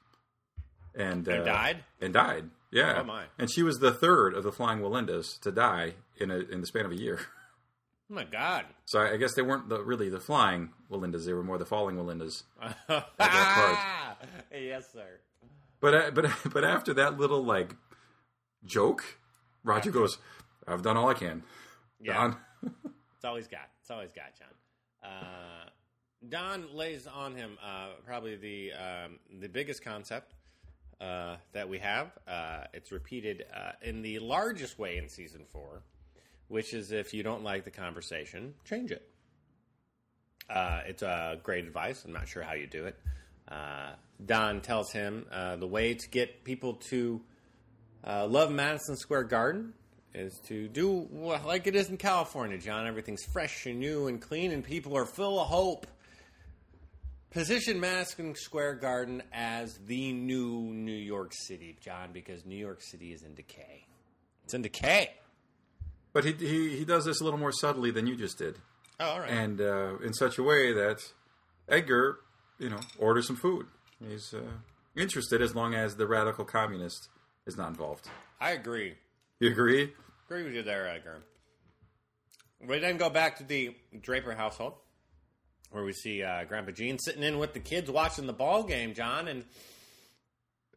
Speaker 2: and, uh,
Speaker 1: died?
Speaker 2: and died. Yeah.
Speaker 1: Oh, my.
Speaker 2: And she was the third of the flying Walendas to die in a, in the span of a year.
Speaker 1: Oh my god.
Speaker 2: So I, I guess they weren't the, really the flying Walendas; they were more the falling Walendas.
Speaker 1: yes, sir.
Speaker 2: But I, but but after that little like joke, Roger goes, "I've done all I can."
Speaker 1: Yeah.
Speaker 2: Don.
Speaker 1: It's always got. It's always got, John. Uh, Don lays on him uh, probably the um, the biggest concept uh, that we have. Uh, it's repeated uh, in the largest way in season four, which is if you don't like the conversation, change it. Uh, it's uh, great advice. I'm not sure how you do it. Uh, Don tells him uh, the way to get people to uh, love Madison Square Garden is to do well, like it is in California, John. Everything's fresh and new and clean, and people are full of hope. Position Madison Square Garden as the new New York City, John, because New York City is in decay. It's in decay.
Speaker 2: But he, he he does this a little more subtly than you just did,
Speaker 1: Oh, all right.
Speaker 2: and uh, in such a way that Edgar, you know, orders some food. He's uh, interested as long as the radical communist is not involved.
Speaker 1: I agree.
Speaker 2: You agree?
Speaker 1: Agree with you there, Edgar. We then go back to the Draper household, where we see uh, Grandpa Gene sitting in with the kids watching the ball game, John, and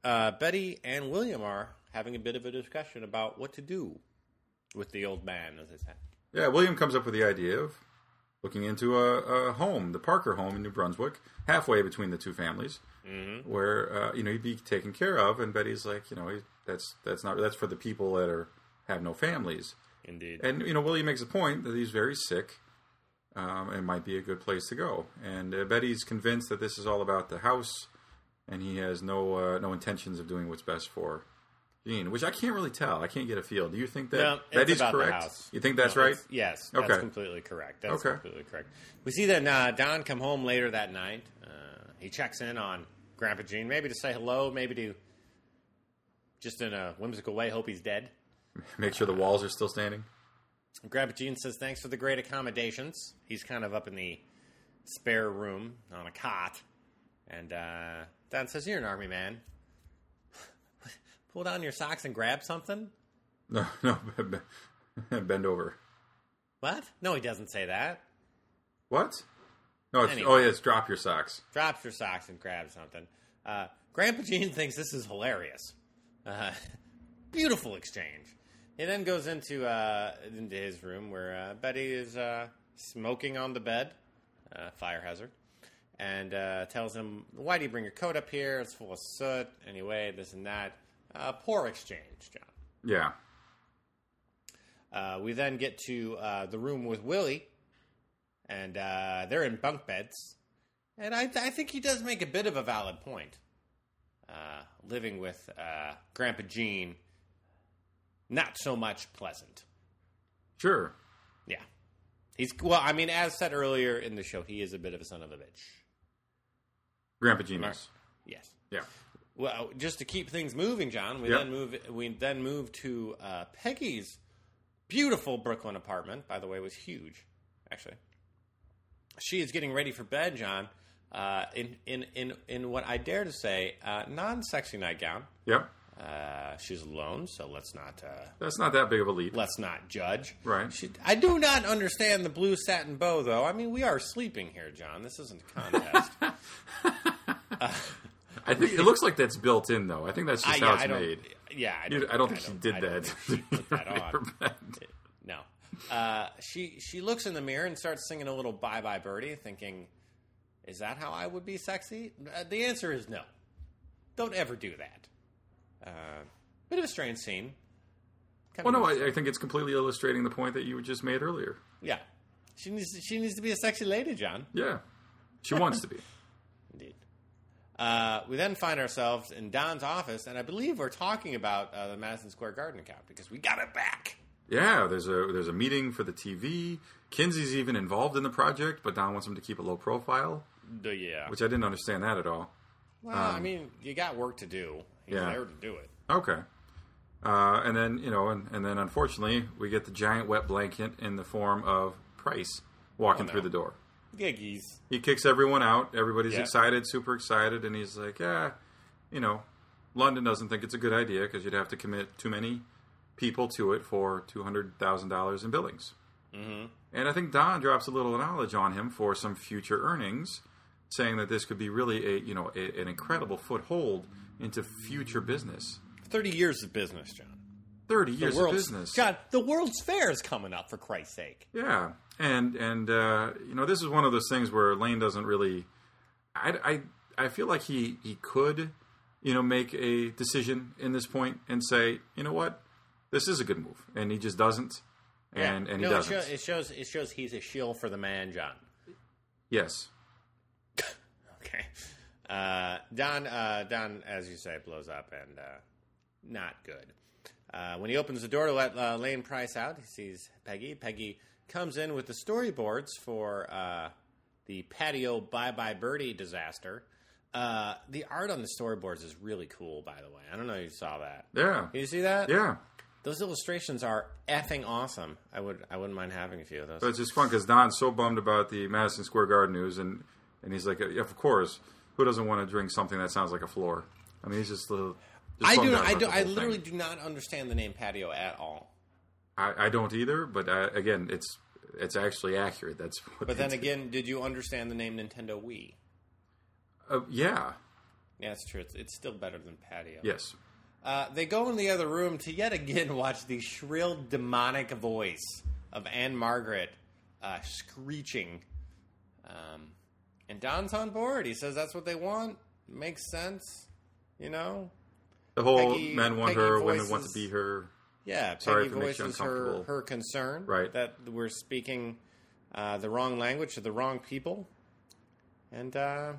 Speaker 1: uh, Betty and William are having a bit of a discussion about what to do with the old man, as I said.
Speaker 2: Yeah, William comes up with the idea of looking into a, a home, the Parker home in New Brunswick, halfway between the two families,
Speaker 1: Mm-hmm.
Speaker 2: where uh, you know he'd be taken care of. And Betty's like, you know, he, that's that's not that's for the people that are have no families.
Speaker 1: Indeed.
Speaker 2: And you know, William makes a point that he's very sick, um, and might be a good place to go. And uh, Betty's convinced that this is all about the house, and he has no uh, no intentions of doing what's best for. Gene, which I can't really tell. I can't get a feel. Do you think that
Speaker 1: No, it's
Speaker 2: that is
Speaker 1: about the
Speaker 2: correct?
Speaker 1: house.
Speaker 2: You think that's
Speaker 1: No,
Speaker 2: right?
Speaker 1: it's- Yes, that's
Speaker 2: Okay.
Speaker 1: completely correct. That's
Speaker 2: Okay.
Speaker 1: completely correct. We see that uh, Don come home later that night. Uh, he checks in on Grandpa Gene, maybe to say hello, maybe to just in a whimsical way hope he's dead.
Speaker 2: Make sure the walls are still standing.
Speaker 1: Grandpa Gene says thanks for the great accommodations. He's kind of up in the spare room on a cot, and uh, Don says, "You're an army man. Pull down your socks and grab something."
Speaker 2: No, no, bend over.
Speaker 1: What? No, he doesn't say that.
Speaker 2: What? No, it's,
Speaker 1: Anyway.
Speaker 2: oh yeah, it's drop your socks.
Speaker 1: drops your socks and grabs something. Uh, Grandpa Gene thinks this is hilarious. Uh, beautiful exchange. He then goes into uh, into his room where uh, Betty is uh, smoking on the bed, uh, fire hazard, and uh, tells him, "Why do you bring your coat up here? It's full of soot. Anyway, this and that. Uh, poor exchange, John."
Speaker 2: Yeah,
Speaker 1: Uh, we then get to uh, the room with Willie, and uh, they're in bunk beds. And I, I think he does make a bit of a valid point. Uh, living with uh, Grandpa Gene, not so much pleasant.
Speaker 2: sure.
Speaker 1: Yeah. He's, well, I mean, as said earlier in the show, he is a bit of a son of a bitch.
Speaker 2: Grandpa Genius.
Speaker 1: Yes.
Speaker 2: Yeah.
Speaker 1: Well, just to keep things moving, John, we
Speaker 2: Yep.
Speaker 1: then move we then move to uh, Peggy's beautiful Brooklyn apartment. By the way, it was huge, actually. She is getting ready for bed, John, uh, in in in in what I dare to say uh, non sexy nightgown.
Speaker 2: Yep.
Speaker 1: Uh, she's alone, so let's not uh,
Speaker 2: That's not that big of a leap.
Speaker 1: let's not judge.
Speaker 2: Right.
Speaker 1: She, I do not understand the blue satin bow, though. I mean, we are sleeping here, John. This isn't a contest.
Speaker 2: I think it looks like that's built in though. I think that's just
Speaker 1: yeah,
Speaker 2: how it's
Speaker 1: I don't,
Speaker 2: made.
Speaker 1: Yeah, I
Speaker 2: You-
Speaker 1: don't,
Speaker 2: I don't think she did
Speaker 1: I don't
Speaker 2: that.
Speaker 1: think she put that on.
Speaker 2: Bed.
Speaker 1: No. Uh, she she looks in the mirror and starts singing a little "Bye Bye Birdie," thinking, "Is that how I would be sexy?" Uh, the answer is no. Don't ever do that. Uh, bit of a strange scene. Kind
Speaker 2: Well,
Speaker 1: of
Speaker 2: no,
Speaker 1: a-
Speaker 2: I, I think it's completely illustrating the point that you just made earlier.
Speaker 1: yeah. She needs she needs to be a sexy lady, John.
Speaker 2: Yeah, she wants to be.
Speaker 1: Indeed. Uh, we then find ourselves in Don's office, and I believe we're talking about uh, the Madison Square Garden account because we got it back.
Speaker 2: Yeah, there's a there's a meeting for the TV. Kinsey's even involved in the project, but Don wants him to keep a low profile,
Speaker 1: The, yeah.
Speaker 2: which I didn't understand that at all.
Speaker 1: Well, I mean, you got work to do. He's
Speaker 2: um, yeah.
Speaker 1: there to do it.
Speaker 2: Okay. Uh, and then you know, and, and then unfortunately, we get the giant wet blanket in the form of Price walking
Speaker 1: no.
Speaker 2: through the door.
Speaker 1: Giggies.
Speaker 2: He kicks everyone out. Everybody's
Speaker 1: Yeah.
Speaker 2: excited, super excited, and he's like, "Yeah, you know, London doesn't think it's a good idea because you'd have to commit too many people to it for two hundred thousand dollars in billings. Mm-hmm. And I think Don drops a little knowledge on him for some future earnings, saying that this could be really a you know a, an incredible foothold into future business.
Speaker 1: Thirty years of business, John.
Speaker 2: Thirty years of
Speaker 3: World's-
Speaker 2: business.
Speaker 3: God, the World's Fair is coming up for Christ's sake.
Speaker 2: Yeah, and and uh, you know this is one of those things where Lane doesn't really. I, I I feel like he he could, you know, make a decision in this point and say, you know what, this is a good move, and he just doesn't, and and he
Speaker 3: no, it,
Speaker 2: doesn't.
Speaker 3: show, it shows. It shows he's a shill for the man, John.
Speaker 2: yes,
Speaker 3: Okay.
Speaker 1: Uh, Don, uh, Don, as you say, blows up and uh, not good. Uh, when he opens the door to let uh, Lane Price out, he sees Peggy. Peggy comes in with the storyboards for uh, the patio Bye Bye Birdie disaster. Uh, the art on the storyboards is really cool, by the way. I don't know if you saw that.
Speaker 2: yeah,
Speaker 1: Did you see that?
Speaker 2: yeah.
Speaker 1: Those illustrations are effing awesome. I would, I wouldn't mind having a few of those.
Speaker 2: But it's just fun because Don's so bummed about the Madison Square Garden news, and and he's like, of course, who doesn't want to drink something that sounds like a floor? I mean, he's just a little. just
Speaker 1: I
Speaker 2: bummed
Speaker 1: do, I
Speaker 2: out about
Speaker 1: do,
Speaker 2: the
Speaker 1: I
Speaker 2: whole thing.
Speaker 1: literally do not understand the name patio at all.
Speaker 2: I, I don't either, but I, again, it's it's actually accurate. That's what
Speaker 1: But
Speaker 2: they
Speaker 1: then
Speaker 2: did.
Speaker 1: again, did you understand the name Nintendo Wii?
Speaker 2: uh, yeah,
Speaker 1: Yeah, that's true. It's, it's still better than patio.
Speaker 2: yes,
Speaker 1: Uh, they go in the other room to yet again watch the shrill, demonic voice of Anne Margaret uh, screeching. Um, and Don's on board. He says that's what they want. Makes sense, you know.
Speaker 2: the whole
Speaker 1: Peggy-
Speaker 2: men want
Speaker 1: Peggy
Speaker 2: her, women want to
Speaker 1: voices-
Speaker 2: be her.
Speaker 1: Yeah,
Speaker 2: Sorry
Speaker 1: Peggy
Speaker 2: if it makes you
Speaker 1: voices her
Speaker 2: uncomfortable.
Speaker 1: her concern
Speaker 2: Right.
Speaker 1: that we're speaking uh, the wrong language to the wrong people, and uh,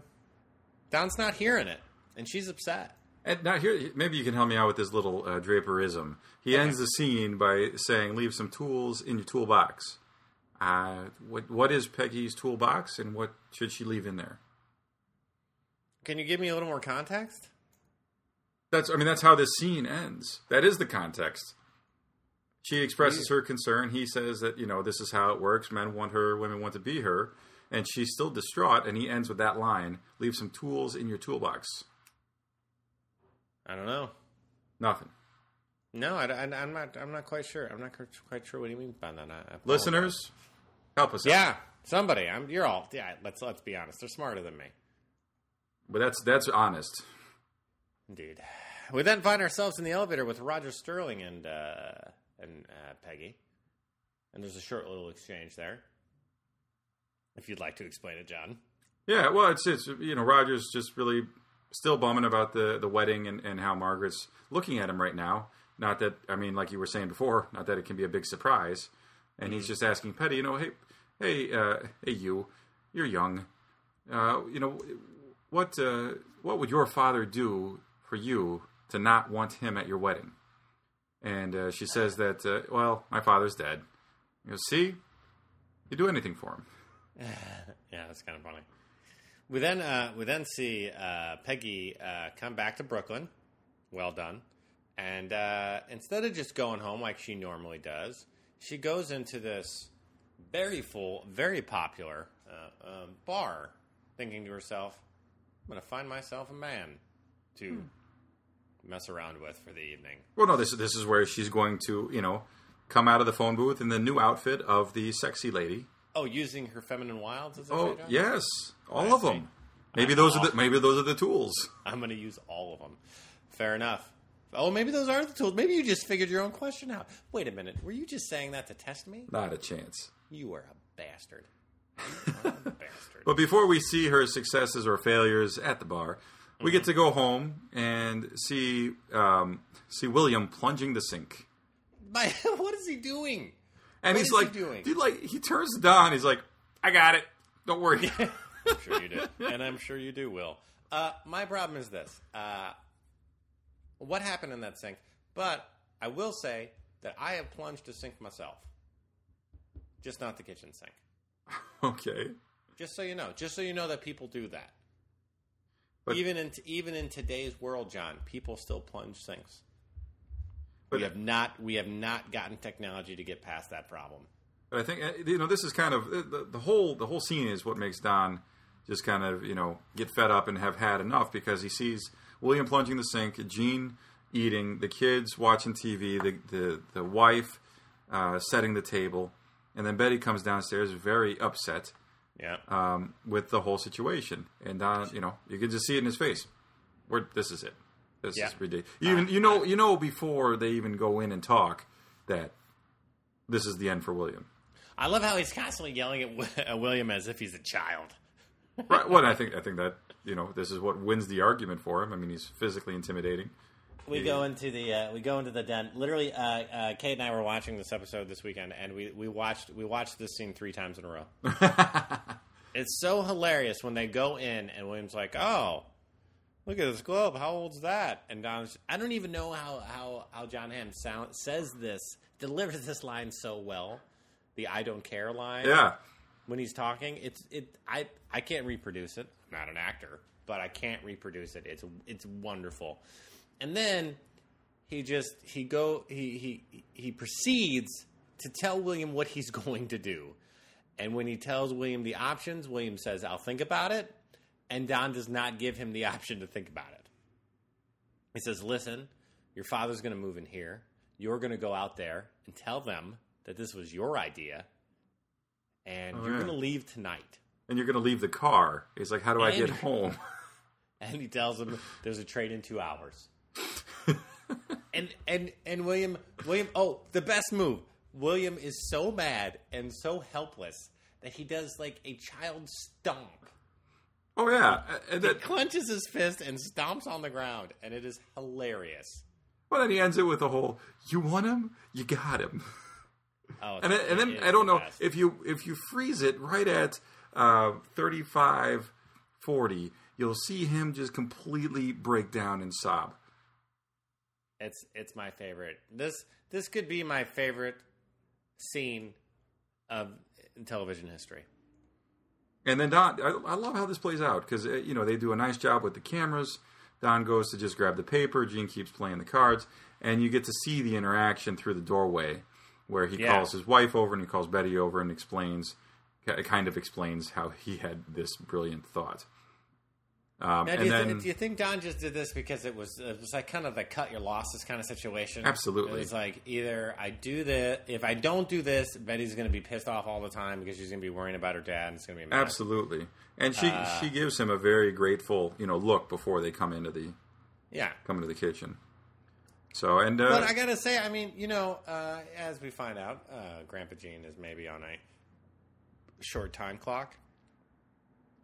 Speaker 1: Don's not hearing it, and she's upset.
Speaker 2: And now here, maybe you can help me out with this little uh, Draperism. He ends the scene by saying, "Leave some tools in your toolbox." Uh, what what is Peggy's toolbox, and what should she leave in there?
Speaker 1: Can you give me a little more context?
Speaker 2: That's I mean that's how this scene ends. That is the context. She expresses her concern. He says that you know this is how it works. Men want her, women want to be her, and she's still distraught. And he ends with that line: "Leave some tools in your toolbox."
Speaker 1: I don't know.
Speaker 2: Nothing.
Speaker 1: No, I, am not. I'm not quite sure. I'm not quite- quite sure what he means by that. I- I apologize.
Speaker 2: Listeners, help us. out.
Speaker 1: yeah, somebody. I'm. You're all. Yeah, let's let's be honest. They're smarter than me.
Speaker 2: but that's that's honest.
Speaker 1: Indeed. We then find ourselves in the elevator with Roger Sterling and uh, and uh, Peggy, and there's a short little exchange there. If you'd like to explain it, John.
Speaker 2: Yeah, well, it's it's you know Rogers just really still bumming about the the wedding and and how Margaret's looking at him right now. Not that I mean, like you were saying before, not that it can be a big surprise. And he's just asking Petty, you know, hey, hey, uh, hey, you, you're young, uh, you know, what uh, what would your father do for you to not want him at your wedding? And uh, she says that, uh, well, my father's dead. You know, see, you do anything for him.
Speaker 1: Yeah, that's kind of funny. We then uh, we then see uh, Peggy uh, come back to Brooklyn. Well done. And uh, instead of just going home like she normally does, she goes into this very full, very popular uh, uh, bar, thinking to herself, "I'm going to find myself a man to mess around with for the evening."
Speaker 2: Well, no, this this is where she's going to, you know, come out of the phone booth in the new outfit of the sexy lady.
Speaker 1: Oh, using her feminine wilds. Is that
Speaker 2: Oh
Speaker 1: right, John?
Speaker 2: yes, all
Speaker 1: I
Speaker 2: of them.
Speaker 1: see.
Speaker 2: Maybe
Speaker 1: I'm
Speaker 2: those are
Speaker 1: off.
Speaker 2: the maybe those are the tools.
Speaker 1: I'm going to use all of them. Fair enough. Oh, maybe those are the tools. Maybe you just figured your own question out. Wait a minute. Were you just saying that to test me?
Speaker 2: Not a chance.
Speaker 1: You are a bastard. You are a bastard.
Speaker 2: But before we see her successes or failures at the bar, we
Speaker 1: Mm-hmm.
Speaker 2: get to go home and see um, see William plunging the sink.
Speaker 1: My, what is he doing?
Speaker 2: And
Speaker 1: What
Speaker 2: he's
Speaker 1: is he
Speaker 2: like,
Speaker 1: doing?
Speaker 2: dude, like he turns to Don. He's like, I got it. Don't worry.
Speaker 1: I'm sure you do. And I'm sure you do, Will. Uh, my problem is this. Uh, what happened in that sink? But I will say that I have plunged a sink myself. Just not the kitchen sink.
Speaker 2: okay.
Speaker 1: Just so you know. Just so you know that people do that.
Speaker 2: But-
Speaker 1: even in even in today's world, John, people still plunge sinks.
Speaker 2: But-
Speaker 1: we have not we have not gotten technology to get past that problem.
Speaker 2: But I think uh, you know this is kind of the, the whole the whole scene is what makes Don just kind of you know get fed up and have had enough because he sees William plunging the sink, Gene eating, the kids watching TV, the the, the wife uh, setting the table, and then Betty comes downstairs very upset
Speaker 1: Yeah.
Speaker 2: um, with the whole situation. And uh, you know, you can just see it in his face. We're, this is it. This
Speaker 1: Yeah.
Speaker 2: is ridiculous. Even you know, you know, before they even go in and talk, that this is the end for William.
Speaker 1: I love how he's constantly yelling at, Wi- at William as if he's a child.
Speaker 2: Right. Well, and I think I think that you know this is what wins the argument for him. I mean, he's physically intimidating.
Speaker 1: We go into the uh, we go into the den. Literally, uh, uh, Kate and I were watching this episode this weekend, and we, we watched we watched this scene three times in a row. it's so hilarious when they go in, and William's like, "Oh, look at this globe. How old's that?" And Don's, I don't even know how how how John Hamm sound, says this, delivers this line so well. The "I don't care" line,
Speaker 2: Yeah.
Speaker 1: when he's talking, it's it. I I can't reproduce it. I'm not an actor, but I can't reproduce it. It's it's wonderful. And then he just he go he he he proceeds to tell William what he's going to do. And when he tells William the options, William says, "I'll think about it." And Don does not give him the option to think about it. He says, "Listen, your father's going to move in here. You're going to go out there and tell them that this was your idea." And
Speaker 2: Oh,
Speaker 1: you're
Speaker 2: yeah.
Speaker 1: going to leave tonight.
Speaker 2: And you're gonna leave the car. He's like, "How do I get
Speaker 1: And-
Speaker 2: home?"
Speaker 1: and he tells him there's a trade in two hours. and and and William William oh the best move. William is so mad and so helpless that he does like a child stomp.
Speaker 2: Oh yeah. And
Speaker 1: He
Speaker 2: that,
Speaker 1: clenches his fist and stomps on the ground, and it is hilarious.
Speaker 2: well, then he ends it with the whole, "You want him? You got him."
Speaker 1: Oh,
Speaker 2: and then, and then
Speaker 1: it is
Speaker 2: I don't
Speaker 1: the
Speaker 2: know
Speaker 1: best.
Speaker 2: if you if you freeze it right at uh, 35, 40, you'll see him just completely break down and sob.
Speaker 1: It's it's my favorite. This this could be my favorite scene of television history.
Speaker 2: And then Don, I, I love how this plays out because you know they do a nice job with the cameras. Don goes to just grab the paper. Gene keeps playing the cards, and you get to see the interaction through the doorway, where he
Speaker 1: Yeah.
Speaker 2: calls his wife over and he calls Betty over and explains, ki- kind of explains how he had this brilliant thought. Um,
Speaker 1: Now,
Speaker 2: and
Speaker 1: do, you
Speaker 2: then,
Speaker 1: th- do you think Don just did this because it was it was like kind of the cut your losses kind of situation?
Speaker 2: Absolutely.
Speaker 1: it was like either I do this if I don't do this, Betty's going to be pissed off all the time because she's going to be worrying about her dad and it's going to be a mess.
Speaker 2: Absolutely. And she she gives him a very grateful, you know, look before they come into the
Speaker 1: yeah.
Speaker 2: come into the kitchen. So and uh,
Speaker 1: But I gotta say, I mean, you know, uh, as we find out, uh, Grandpa Gene is maybe on a short time clock.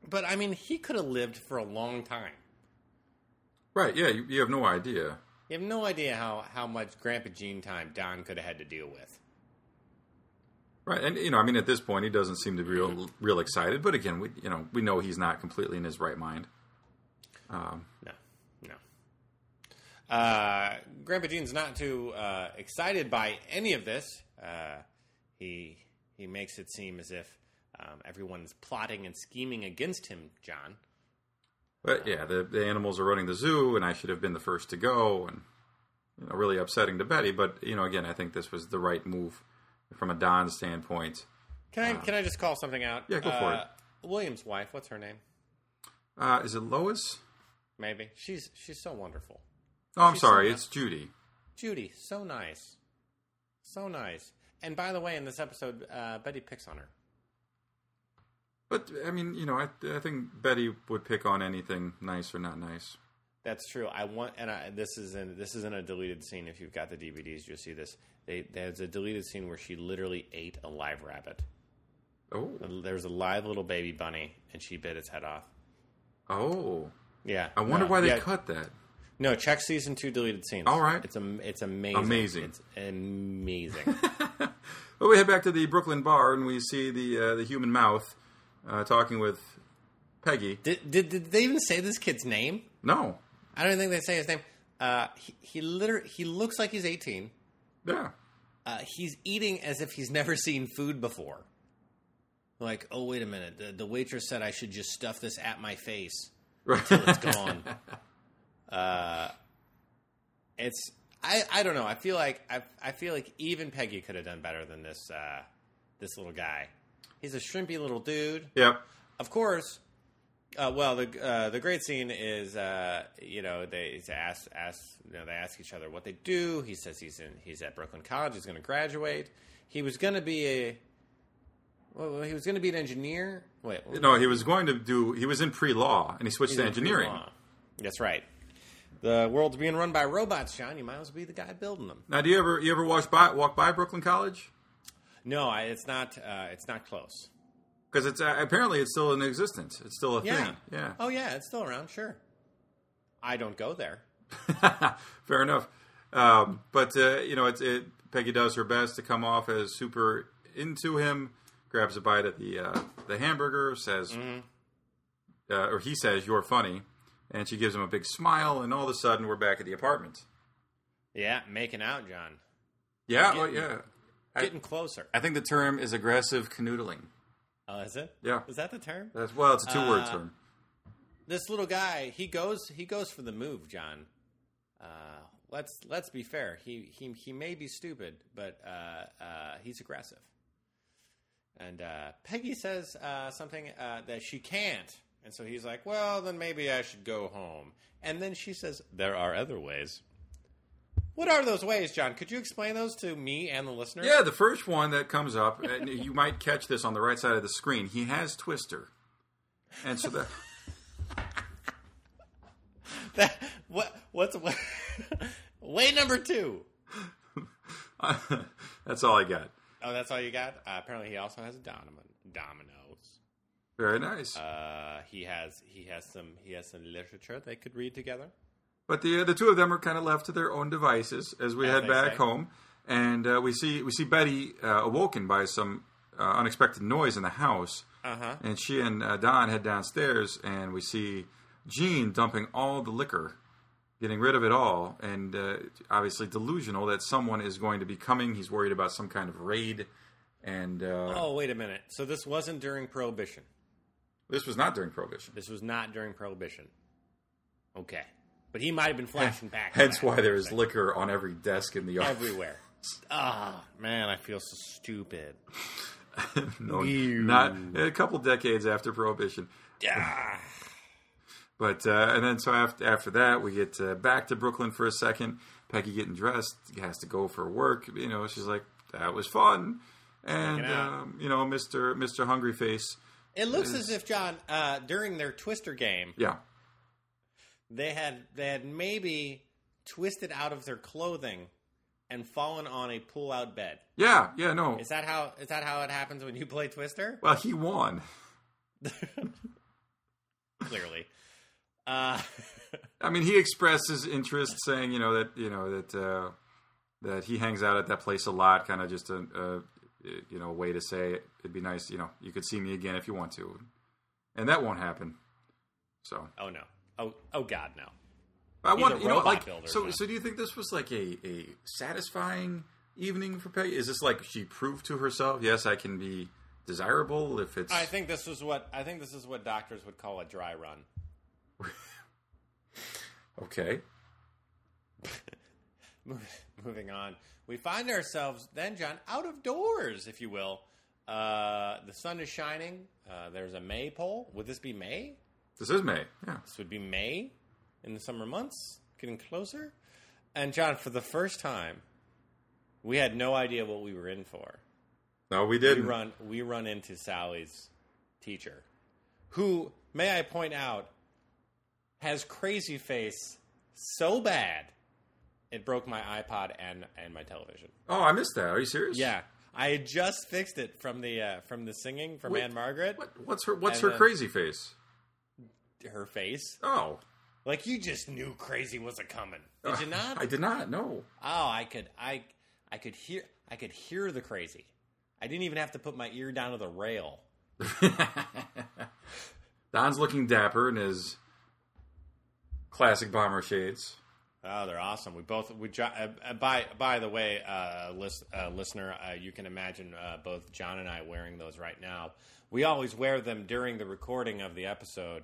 Speaker 1: But I mean, he could have lived for a long time.
Speaker 2: right, yeah, you, you have no idea.
Speaker 1: You have no idea how how much Grandpa Gene time Don could have had to deal with.
Speaker 2: Right, and you know, I mean, at this point, he doesn't seem to be real, real excited. But again, we you know we know he's not completely in his right mind.
Speaker 1: No, no. Uh, Grandpa Gene's not too uh, excited by any of this. Uh, he he makes it seem as if um, everyone's plotting and scheming against him. John,
Speaker 2: But yeah, the, the animals are running the zoo, and I should have been the first to go, and you know, really upsetting to Betty. But you know, again, I think this was the right move from a Don standpoint.
Speaker 1: can I can I just call something out?
Speaker 2: Ah. Yeah, go for it.
Speaker 1: it. William's wife, what's her name?
Speaker 2: Uh, is it Lois?
Speaker 1: Maybe she's she's so wonderful.
Speaker 2: Oh, I'm
Speaker 1: She's
Speaker 2: sorry,
Speaker 1: somewhere.
Speaker 2: it's Judy.
Speaker 1: Judy, so nice, so nice. And by the way, in this episode, uh, Betty picks on her.
Speaker 2: But I mean, you know, I, I think Betty would pick on anything nice or not nice.
Speaker 1: That's true. I want, and I, this is in this is in a deleted scene. If you've got the DVDs, you'll see this. They, there's a deleted scene where she literally ate a live rabbit.
Speaker 2: Oh,
Speaker 1: There was a live little baby bunny, and she bit its head off.
Speaker 2: oh!
Speaker 1: Yeah,
Speaker 2: I wonder
Speaker 1: No,
Speaker 2: why they
Speaker 1: yeah.
Speaker 2: cut that.
Speaker 1: No, check season two deleted scenes.
Speaker 2: All right.
Speaker 1: it's am, it's amazing,
Speaker 2: Amazing.
Speaker 1: it's amazing.
Speaker 2: But we head back to the Brooklyn bar and we see the uh, the human mouth uh, talking with Peggy.
Speaker 1: did, did did they even say this kid's name?
Speaker 2: No,
Speaker 1: I don't think they say his name. Uh, he he literally he looks like he's eighteen.
Speaker 2: yeah,
Speaker 1: uh, he's eating as if he's never seen food before. Like, oh wait a minute, the, the waitress said I should just stuff this at my face
Speaker 2: right.
Speaker 1: till it's gone. uh, it's I, I don't know. I feel like I I feel like even Peggy could have done better than this uh, this little guy. He's a shrimpy little dude.
Speaker 2: yep.
Speaker 1: Of course, Uh, well, the uh, the great scene is uh, you know they he's ask ask you know, they ask each other what they do. He says he's in he's at Brooklyn College. He's going to graduate. He was going to be a well, he was going to be an engineer. Wait, what was
Speaker 2: No, he was going to do. He was in pre-law, and he switched to
Speaker 1: it?
Speaker 2: engineering.
Speaker 1: Law. That's right. The world's being run by robots, Sean. You might as well be the guy building them.
Speaker 2: Now, do you ever you ever watch by, walk by Brooklyn College?
Speaker 1: No, I, it's not. Uh, it's not close.
Speaker 2: Because it's uh, apparently it's still in existence. It's still a
Speaker 1: Yeah.
Speaker 2: thing. Yeah.
Speaker 1: Oh yeah, it's still around. Sure. I don't go there.
Speaker 2: Fair enough. Um, but uh, you know, it's it, Peggy does her best to come off as super into him. Grabs a bite at the uh, the hamburger, says, uh, or he says, "You're funny," and she gives him a big smile. And all of a sudden, we're back at the apartment.
Speaker 1: Yeah, making out, John.
Speaker 2: Yeah, well, yeah. I-
Speaker 1: Getting closer.
Speaker 2: I think the term is aggressive canoodling.
Speaker 1: Oh, is it?
Speaker 2: Yeah.
Speaker 1: Is that the term?
Speaker 2: That's, well, it's a two word term.
Speaker 1: This little guy, he goes, he goes for the move, John. Uh, let's let's be fair. He he he may be stupid, but uh, uh, he's aggressive. And uh, Peggy says uh, something uh, that she can't, and so he's like, "Well, then maybe I should go home." And then she says, "There are other ways." What are those ways, John? Could you explain those to me and the listener?
Speaker 2: Yeah, the first one that comes up, uh, and you might catch this on the right side of the screen. He has Twister, and so the
Speaker 1: That, what what's what, way number two?
Speaker 2: that's all I got.
Speaker 1: Oh, that's all you got. Uh, apparently, he also has a domino, dominoes.
Speaker 2: Very nice.
Speaker 1: Uh, he has he has some he has some literature they could read together.
Speaker 2: But the the two of them are kind of left to their own devices as we head
Speaker 1: they
Speaker 2: back
Speaker 1: say.
Speaker 2: home, and uh, we see we see Betty uh, awoken by some uh, unexpected noise in the house,
Speaker 1: Uh-huh.
Speaker 2: and she and uh, Don head downstairs, and we see Jean dumping all the liquor, getting rid of it all, and uh, obviously delusional that someone is going to be coming. He's worried about some kind of raid, and uh,
Speaker 1: Oh, wait a minute. So this wasn't during Prohibition.
Speaker 2: this was not during Prohibition.
Speaker 1: This was not during Prohibition. Okay, but he might have been flashing back. to
Speaker 2: Hence
Speaker 1: that.
Speaker 2: why there is liquor on every desk in the office.
Speaker 1: everywhere. Ah, man, I feel so stupid.
Speaker 2: No,
Speaker 1: Ew.
Speaker 2: not a couple decades after Prohibition.
Speaker 1: Ah.
Speaker 2: But uh, and then so after after that we get uh, back to Brooklyn for a second. Peggy getting dressed has to go for work. You know she's like that was fun, and
Speaker 1: Checking out.
Speaker 2: um, you know Mister Mister Hungry Face.
Speaker 1: It looks as if John, uh, during their Twister game,
Speaker 2: Yeah,
Speaker 1: they had they had maybe twisted out of their clothing and fallen on a pull out bed.
Speaker 2: yeah, yeah. No,
Speaker 1: Is that how is that how it happens when you play Twister?
Speaker 2: well he won.
Speaker 1: Clearly. Uh,
Speaker 2: I mean he expressed his interest, saying you know that you know that uh, that he hangs out at that place a lot. Kind of just a, a you know a way to say it'd be nice. You know you could see me again if you want to, and that won't happen. So
Speaker 1: oh no. Oh oh god no.
Speaker 2: I want
Speaker 1: a
Speaker 2: you know
Speaker 1: robot
Speaker 2: like
Speaker 1: builder,
Speaker 2: so.
Speaker 1: man.
Speaker 2: So do you think this was like a, a satisfying evening for Peggy? Is this like she proved to herself, yes, I can be desirable if it's
Speaker 1: I think this was what I think this is what doctors would call a dry run.
Speaker 2: okay?
Speaker 1: Moving on, we find ourselves then, John, out of doors, if you will. Uh, the sun is shining. Uh, there's a maypole. Would this be May?
Speaker 2: This is May, yeah.
Speaker 1: This would be May in the summer months, getting closer. And John, for the first time, we had no idea what we were in for.
Speaker 2: No, we
Speaker 1: We
Speaker 2: didn't.
Speaker 1: run we run into Sally's teacher, who, may I point out, has crazy face so bad it broke my iPod and and my television.
Speaker 2: Oh, I missed that. Are you serious?
Speaker 1: Yeah, I had just fixed it from the uh, from the singing from
Speaker 2: Wait,
Speaker 1: Anne Margaret.
Speaker 2: What, what's her What's
Speaker 1: And
Speaker 2: her
Speaker 1: then-
Speaker 2: crazy face?
Speaker 1: Her face,
Speaker 2: Oh,
Speaker 1: like you just knew crazy was a coming. Did you not?
Speaker 2: I did not. No.
Speaker 1: Oh, I could I I could hear I could hear the crazy. I didn't even have to put my ear down to the rail.
Speaker 2: Don's looking dapper in his classic bomber shades.
Speaker 1: Oh, they're awesome. We both we jo- uh, uh, by by the way, uh, list, uh, listener, uh, you can imagine uh, both John and I wearing those right now. We always wear them during the recording of the episode.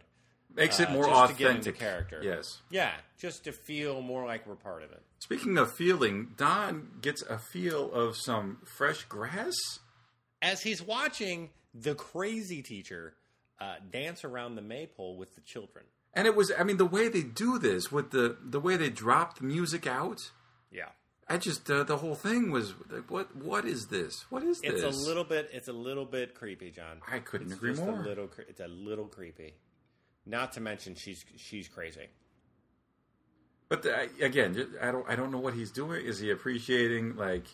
Speaker 2: Makes it
Speaker 1: Uh,
Speaker 2: more
Speaker 1: just to get into
Speaker 2: authentic
Speaker 1: character.
Speaker 2: Yes.
Speaker 1: Yeah, just to feel more like we're part of it.
Speaker 2: Speaking of feeling, Don gets a feel of some fresh grass.
Speaker 1: As he's watching the crazy teacher uh, dance around the maypole with the children.
Speaker 2: And it was, I mean, the way they do this with the the way they drop the music out.
Speaker 4: Yeah.
Speaker 2: I just uh, the whole thing was like, what what is this? What is
Speaker 1: It's
Speaker 2: this?
Speaker 1: a little bit. It's a little bit creepy, John.
Speaker 2: I couldn't
Speaker 1: It's
Speaker 2: agree
Speaker 1: just
Speaker 2: more.
Speaker 1: A little. cre- It's a little creepy. Not to mention she's she's crazy.
Speaker 2: But the, I, again, ju- I don't I don't know what he's doing. Is he appreciating like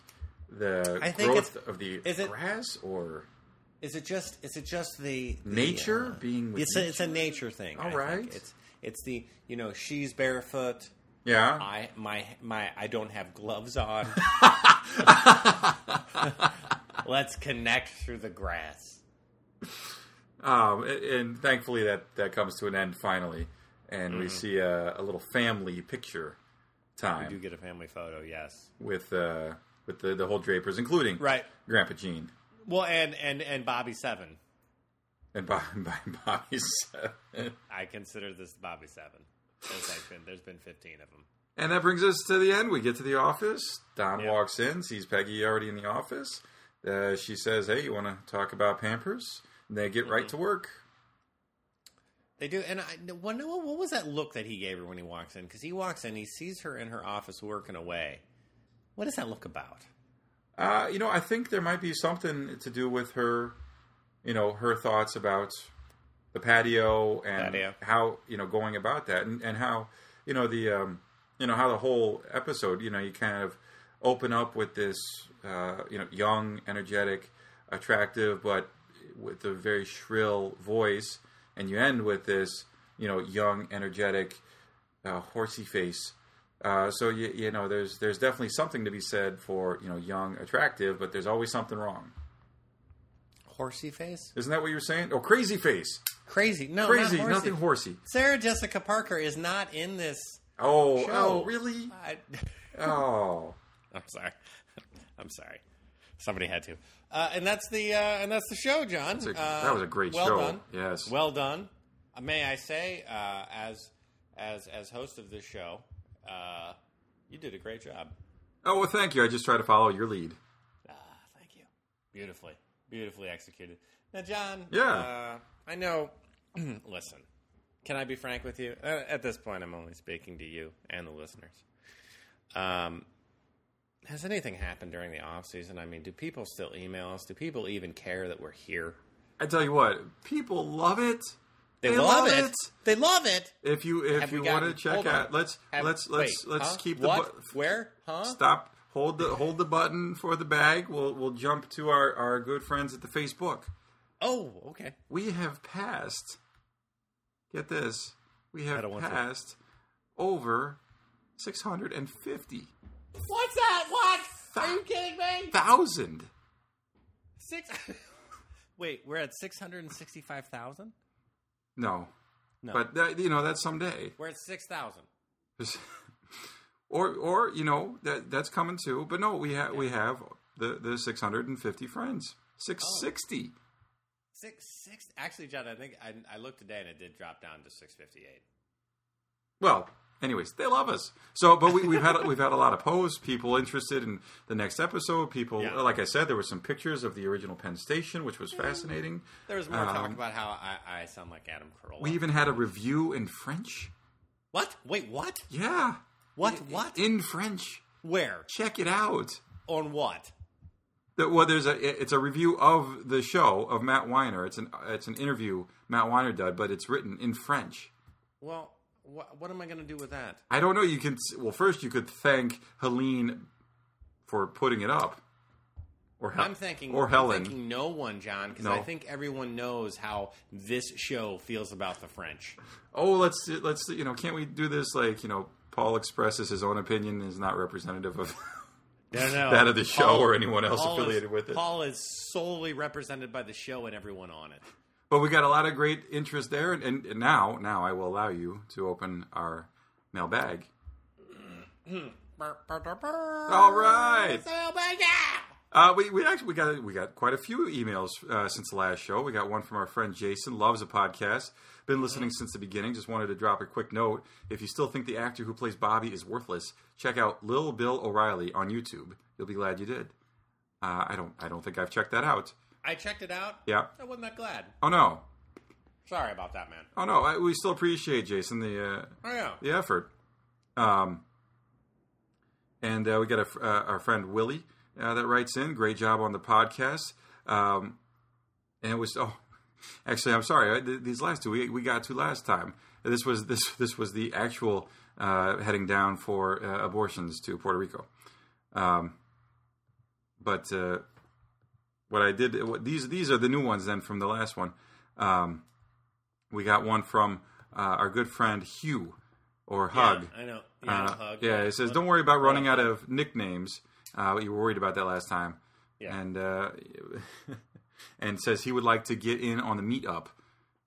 Speaker 2: the
Speaker 1: I think
Speaker 2: growth
Speaker 1: it's-
Speaker 2: of the
Speaker 1: is it-
Speaker 2: grass or
Speaker 1: Is it just? Is it just the, the,
Speaker 2: nature
Speaker 1: uh,
Speaker 2: being with
Speaker 1: it's a, it's a nature thing. I
Speaker 2: All
Speaker 1: think.
Speaker 2: right.
Speaker 1: It's it's the you know she's barefoot.
Speaker 2: yeah.
Speaker 1: I my my I don't have gloves on. Let's connect through the grass.
Speaker 2: Um, and, and thankfully that that comes to an end finally, and we see a, a little family picture
Speaker 1: You
Speaker 2: time
Speaker 1: get a family photo, yes.
Speaker 2: with uh with the, the whole Drapers, including
Speaker 1: Right.
Speaker 2: Grandpa Gene
Speaker 1: Well, and and and Bobby Seven.
Speaker 2: and Bob, Bobby's. uh,
Speaker 1: I consider this Bobby Seven. There's, like been, there's been 15 of them.
Speaker 2: And that brings us to the end. We get to the office. Don
Speaker 1: Yeah.
Speaker 2: walks in, sees Peggy already in the office. Uh, she says, "Hey, you want to talk about Pampers?" And they get right to work.
Speaker 1: They do, and I what, what was that look that he gave her when he walks in? Because he walks in, he sees her in her office working away. What is that look about?
Speaker 2: Uh, you know, I think there might be something to do with her, you know, her thoughts about the patio and
Speaker 1: Patio.
Speaker 2: how you know going about that, and, and how you know the um, you know how the whole episode, you know, you kind of open up with this uh, you know young, energetic, attractive, but with a very shrill voice, and you end with this you know young, energetic, uh, horsey face. Uh, so you, you know, there's there's definitely something to be said for you know young, attractive, but there's always something wrong.
Speaker 1: Horsey face?
Speaker 2: Isn't that what you were saying? Oh, crazy face,
Speaker 1: Crazy? No,
Speaker 2: crazy,
Speaker 1: not horsey.
Speaker 2: nothing horsey.
Speaker 1: Sarah Jessica Parker is not in this.
Speaker 2: Oh,
Speaker 1: Show.
Speaker 2: oh, really?
Speaker 1: I,
Speaker 2: Oh,
Speaker 1: I'm sorry. I'm sorry. Somebody had to. Uh, and that's the uh, and that's the show, John.
Speaker 2: a-
Speaker 1: Uh,
Speaker 2: that was a great
Speaker 1: well
Speaker 2: show.
Speaker 1: Done.
Speaker 2: Yes.
Speaker 1: Well done. Uh, may I say, uh, as as as host of this show, uh, you did a great job.
Speaker 2: oh, well, thank you. I just try to follow your lead.
Speaker 1: Ah, thank you. Beautifully, beautifully executed. Now, John.
Speaker 2: Yeah.
Speaker 1: Uh, I know. listen, can I be frank with you? Uh, at this point, I'm only speaking to you and the listeners. Um, has anything happened during the off season? I mean, do people still email us? Do people even care that we're here?
Speaker 2: I tell you what, people love it.
Speaker 1: They,
Speaker 2: love, it.
Speaker 1: They love it.
Speaker 2: If you if
Speaker 1: Have we
Speaker 2: you want to
Speaker 1: gotten-
Speaker 2: check
Speaker 1: hold
Speaker 2: out,
Speaker 1: on.
Speaker 2: let's
Speaker 1: Have-
Speaker 2: let's let's
Speaker 1: wait,
Speaker 2: let's
Speaker 1: huh?
Speaker 2: keep the
Speaker 1: what?
Speaker 2: bu-
Speaker 1: where? Huh?
Speaker 2: stop. Hold the hold the button for the bag. We'll we'll jump to our our good friends at the Facebook.
Speaker 1: Oh, okay.
Speaker 2: we have passed. Get this, we
Speaker 1: I
Speaker 2: have
Speaker 1: don't want to.
Speaker 2: passed over six hundred and fifty
Speaker 1: What's that? What? Are you kidding me?
Speaker 2: thousand.
Speaker 1: Six. Wait, we're at six hundred and sixty-five thousand.
Speaker 2: No,
Speaker 1: No.
Speaker 2: but that, you know that's someday,
Speaker 1: We're at 6,000.
Speaker 2: or or you know that that's coming too. But no, we have we have the the six hundred and fifty friends, six
Speaker 1: Oh.
Speaker 2: sixty.
Speaker 1: Six, six. Actually, John, I think I, I looked today and it did drop down to 658.
Speaker 2: Well, anyways, they love us. So, but we, we've had we've had a lot of posts, people interested in the next episode. People,
Speaker 1: Yeah.
Speaker 2: like I said, there were some pictures of the original Penn Station, which was fascinating.
Speaker 1: There was more talk
Speaker 2: Um,
Speaker 1: about how I, I sound like Adam Carolla.
Speaker 2: We even had a review in French.
Speaker 1: what? Wait, what?
Speaker 2: Yeah,
Speaker 1: What? What?
Speaker 2: in French.
Speaker 1: Where?
Speaker 2: Check it out.
Speaker 1: On what?
Speaker 2: That- Well, there's a it's a review of the show of Matt Weiner. It's an it's an interview Matt Weiner did, but it's written in French.
Speaker 1: Well, wh- what am I going to do with that?
Speaker 2: I don't know. You can well first you could thank Helene for putting it up, or Hel-
Speaker 1: I'm thinking,
Speaker 2: Uh, or
Speaker 1: I'm
Speaker 2: Helen.
Speaker 1: thinking no one, John, because
Speaker 2: No.
Speaker 1: I think everyone knows how this show feels about the French.
Speaker 2: oh, let's let's you know, can't we do this? Like you know, Paul expresses his own opinion is not representative of.
Speaker 1: No, no.
Speaker 2: That of the show or anyone else affiliated
Speaker 1: is,
Speaker 2: with it.
Speaker 1: Paul is solely represented by the show and everyone on it.
Speaker 2: but we got a lot of great interest there, and, and, and now now I will allow you to open our mailbag. All right. Uh, we we actually we got we got quite a few emails uh, since the last show. We got one from our friend Jason. Loves a podcast. Been listening since the beginning. Just wanted to drop a quick note. If you still think the actor who plays Bobby is worthless, check out Lil Bill O'Reilly on YouTube. You'll be glad you did. Uh, I don't I don't think I've checked that out.
Speaker 1: I checked it out.
Speaker 2: Yeah.
Speaker 1: I wasn't that glad.
Speaker 2: Oh no.
Speaker 1: Sorry about that, man.
Speaker 2: Oh no, I, we still appreciate Jason the uh,
Speaker 1: Oh yeah.
Speaker 2: the effort. Um, and uh, we got a, fr- uh, our friend Willie uh, that writes in. Great job on the podcast. Um, and it was oh, actually, I'm sorry. I, th- these last two we we got to last time. This was this this was the actual uh, heading down for uh, abortions to Puerto Rico. Um, but uh, what I did what, these these are the new ones then from the last one. Um, we got one from uh, our good friend Hugh or Hug.
Speaker 1: I know. Yeah,
Speaker 2: Uh,
Speaker 1: hug.
Speaker 2: Yeah, it says, "Don't worry about running out of nicknames." Uh, you were worried about that last time,
Speaker 1: Yeah.
Speaker 2: and uh, and says he would like to get in on the meetup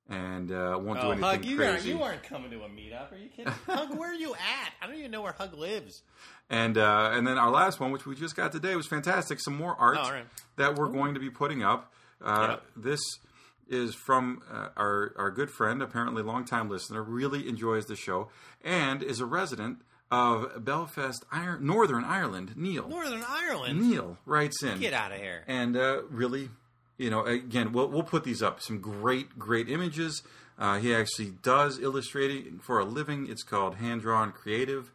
Speaker 2: and uh, won't do
Speaker 1: Oh,
Speaker 2: anything
Speaker 1: Hug, you aren't,
Speaker 2: crazy.
Speaker 1: you aren't coming to a meetup. Are you kidding? Hug, where are you at? I don't even know where Hug lives.
Speaker 2: And uh, and then our last one, which we just got today, was fantastic. Some more art
Speaker 1: Oh, all right.
Speaker 2: that we're going to be putting up. Uh, This is from uh, our our good friend, apparently longtime listener, really enjoys the show, and is a resident of Belfast, Ir- Northern Ireland. Neil.
Speaker 1: Northern Ireland.
Speaker 2: Neil writes in.
Speaker 1: Get out of here.
Speaker 2: And uh, really, you know, again, we'll, we'll put these up. Some great, great images. Uh, he actually does illustrating for a living. It's called Hand Drawn Creative.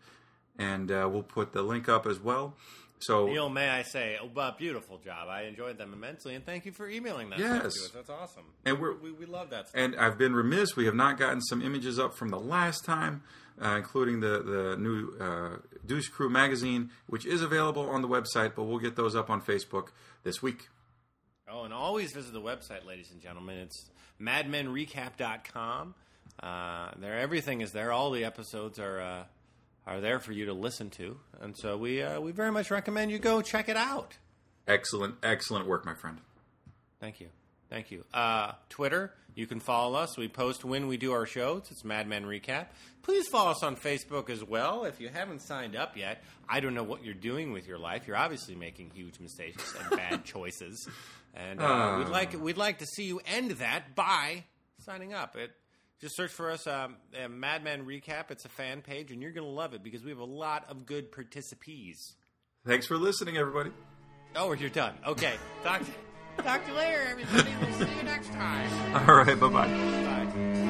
Speaker 2: And uh, we'll put the link up as well. So,
Speaker 1: Neil, may I say, oh, but beautiful job. I enjoyed them immensely, and thank you for emailing that
Speaker 2: Yes.
Speaker 1: stuff to us. That's awesome.
Speaker 2: and we're.
Speaker 1: We, we love that stuff.
Speaker 2: and I've been remiss. We have not gotten some images up from the last time, uh, including the the new uh, Deuce Crew magazine, which is available on the website. But we'll get those up on Facebook this week.
Speaker 1: Oh, and always visit the website, ladies and gentlemen. It's madmenrecap.com. Uh, there, everything is there. All the episodes are uh, are there for you to listen to, and so we uh, we very much recommend you go check it out.
Speaker 2: Excellent, excellent work, my friend.
Speaker 1: Thank you. Thank you. Uh, Twitter, you can follow us. We post when we do our shows. It's Mad Men Recap. Please follow us on Facebook as well. If you haven't signed up yet, I don't know what you're doing with your life. You're obviously making huge mistakes and bad choices. And uh, we'd like we'd like to see you end that by signing up. It just search for us, um, uh, Mad Men Recap. It's a fan page, and you're going to love it because we have a lot of good participes.
Speaker 2: Thanks for listening, everybody.
Speaker 1: Oh, you're done. Okay, talk, talk to you later, everybody. We'll see you next time.
Speaker 2: All right, bye bye.
Speaker 1: Bye.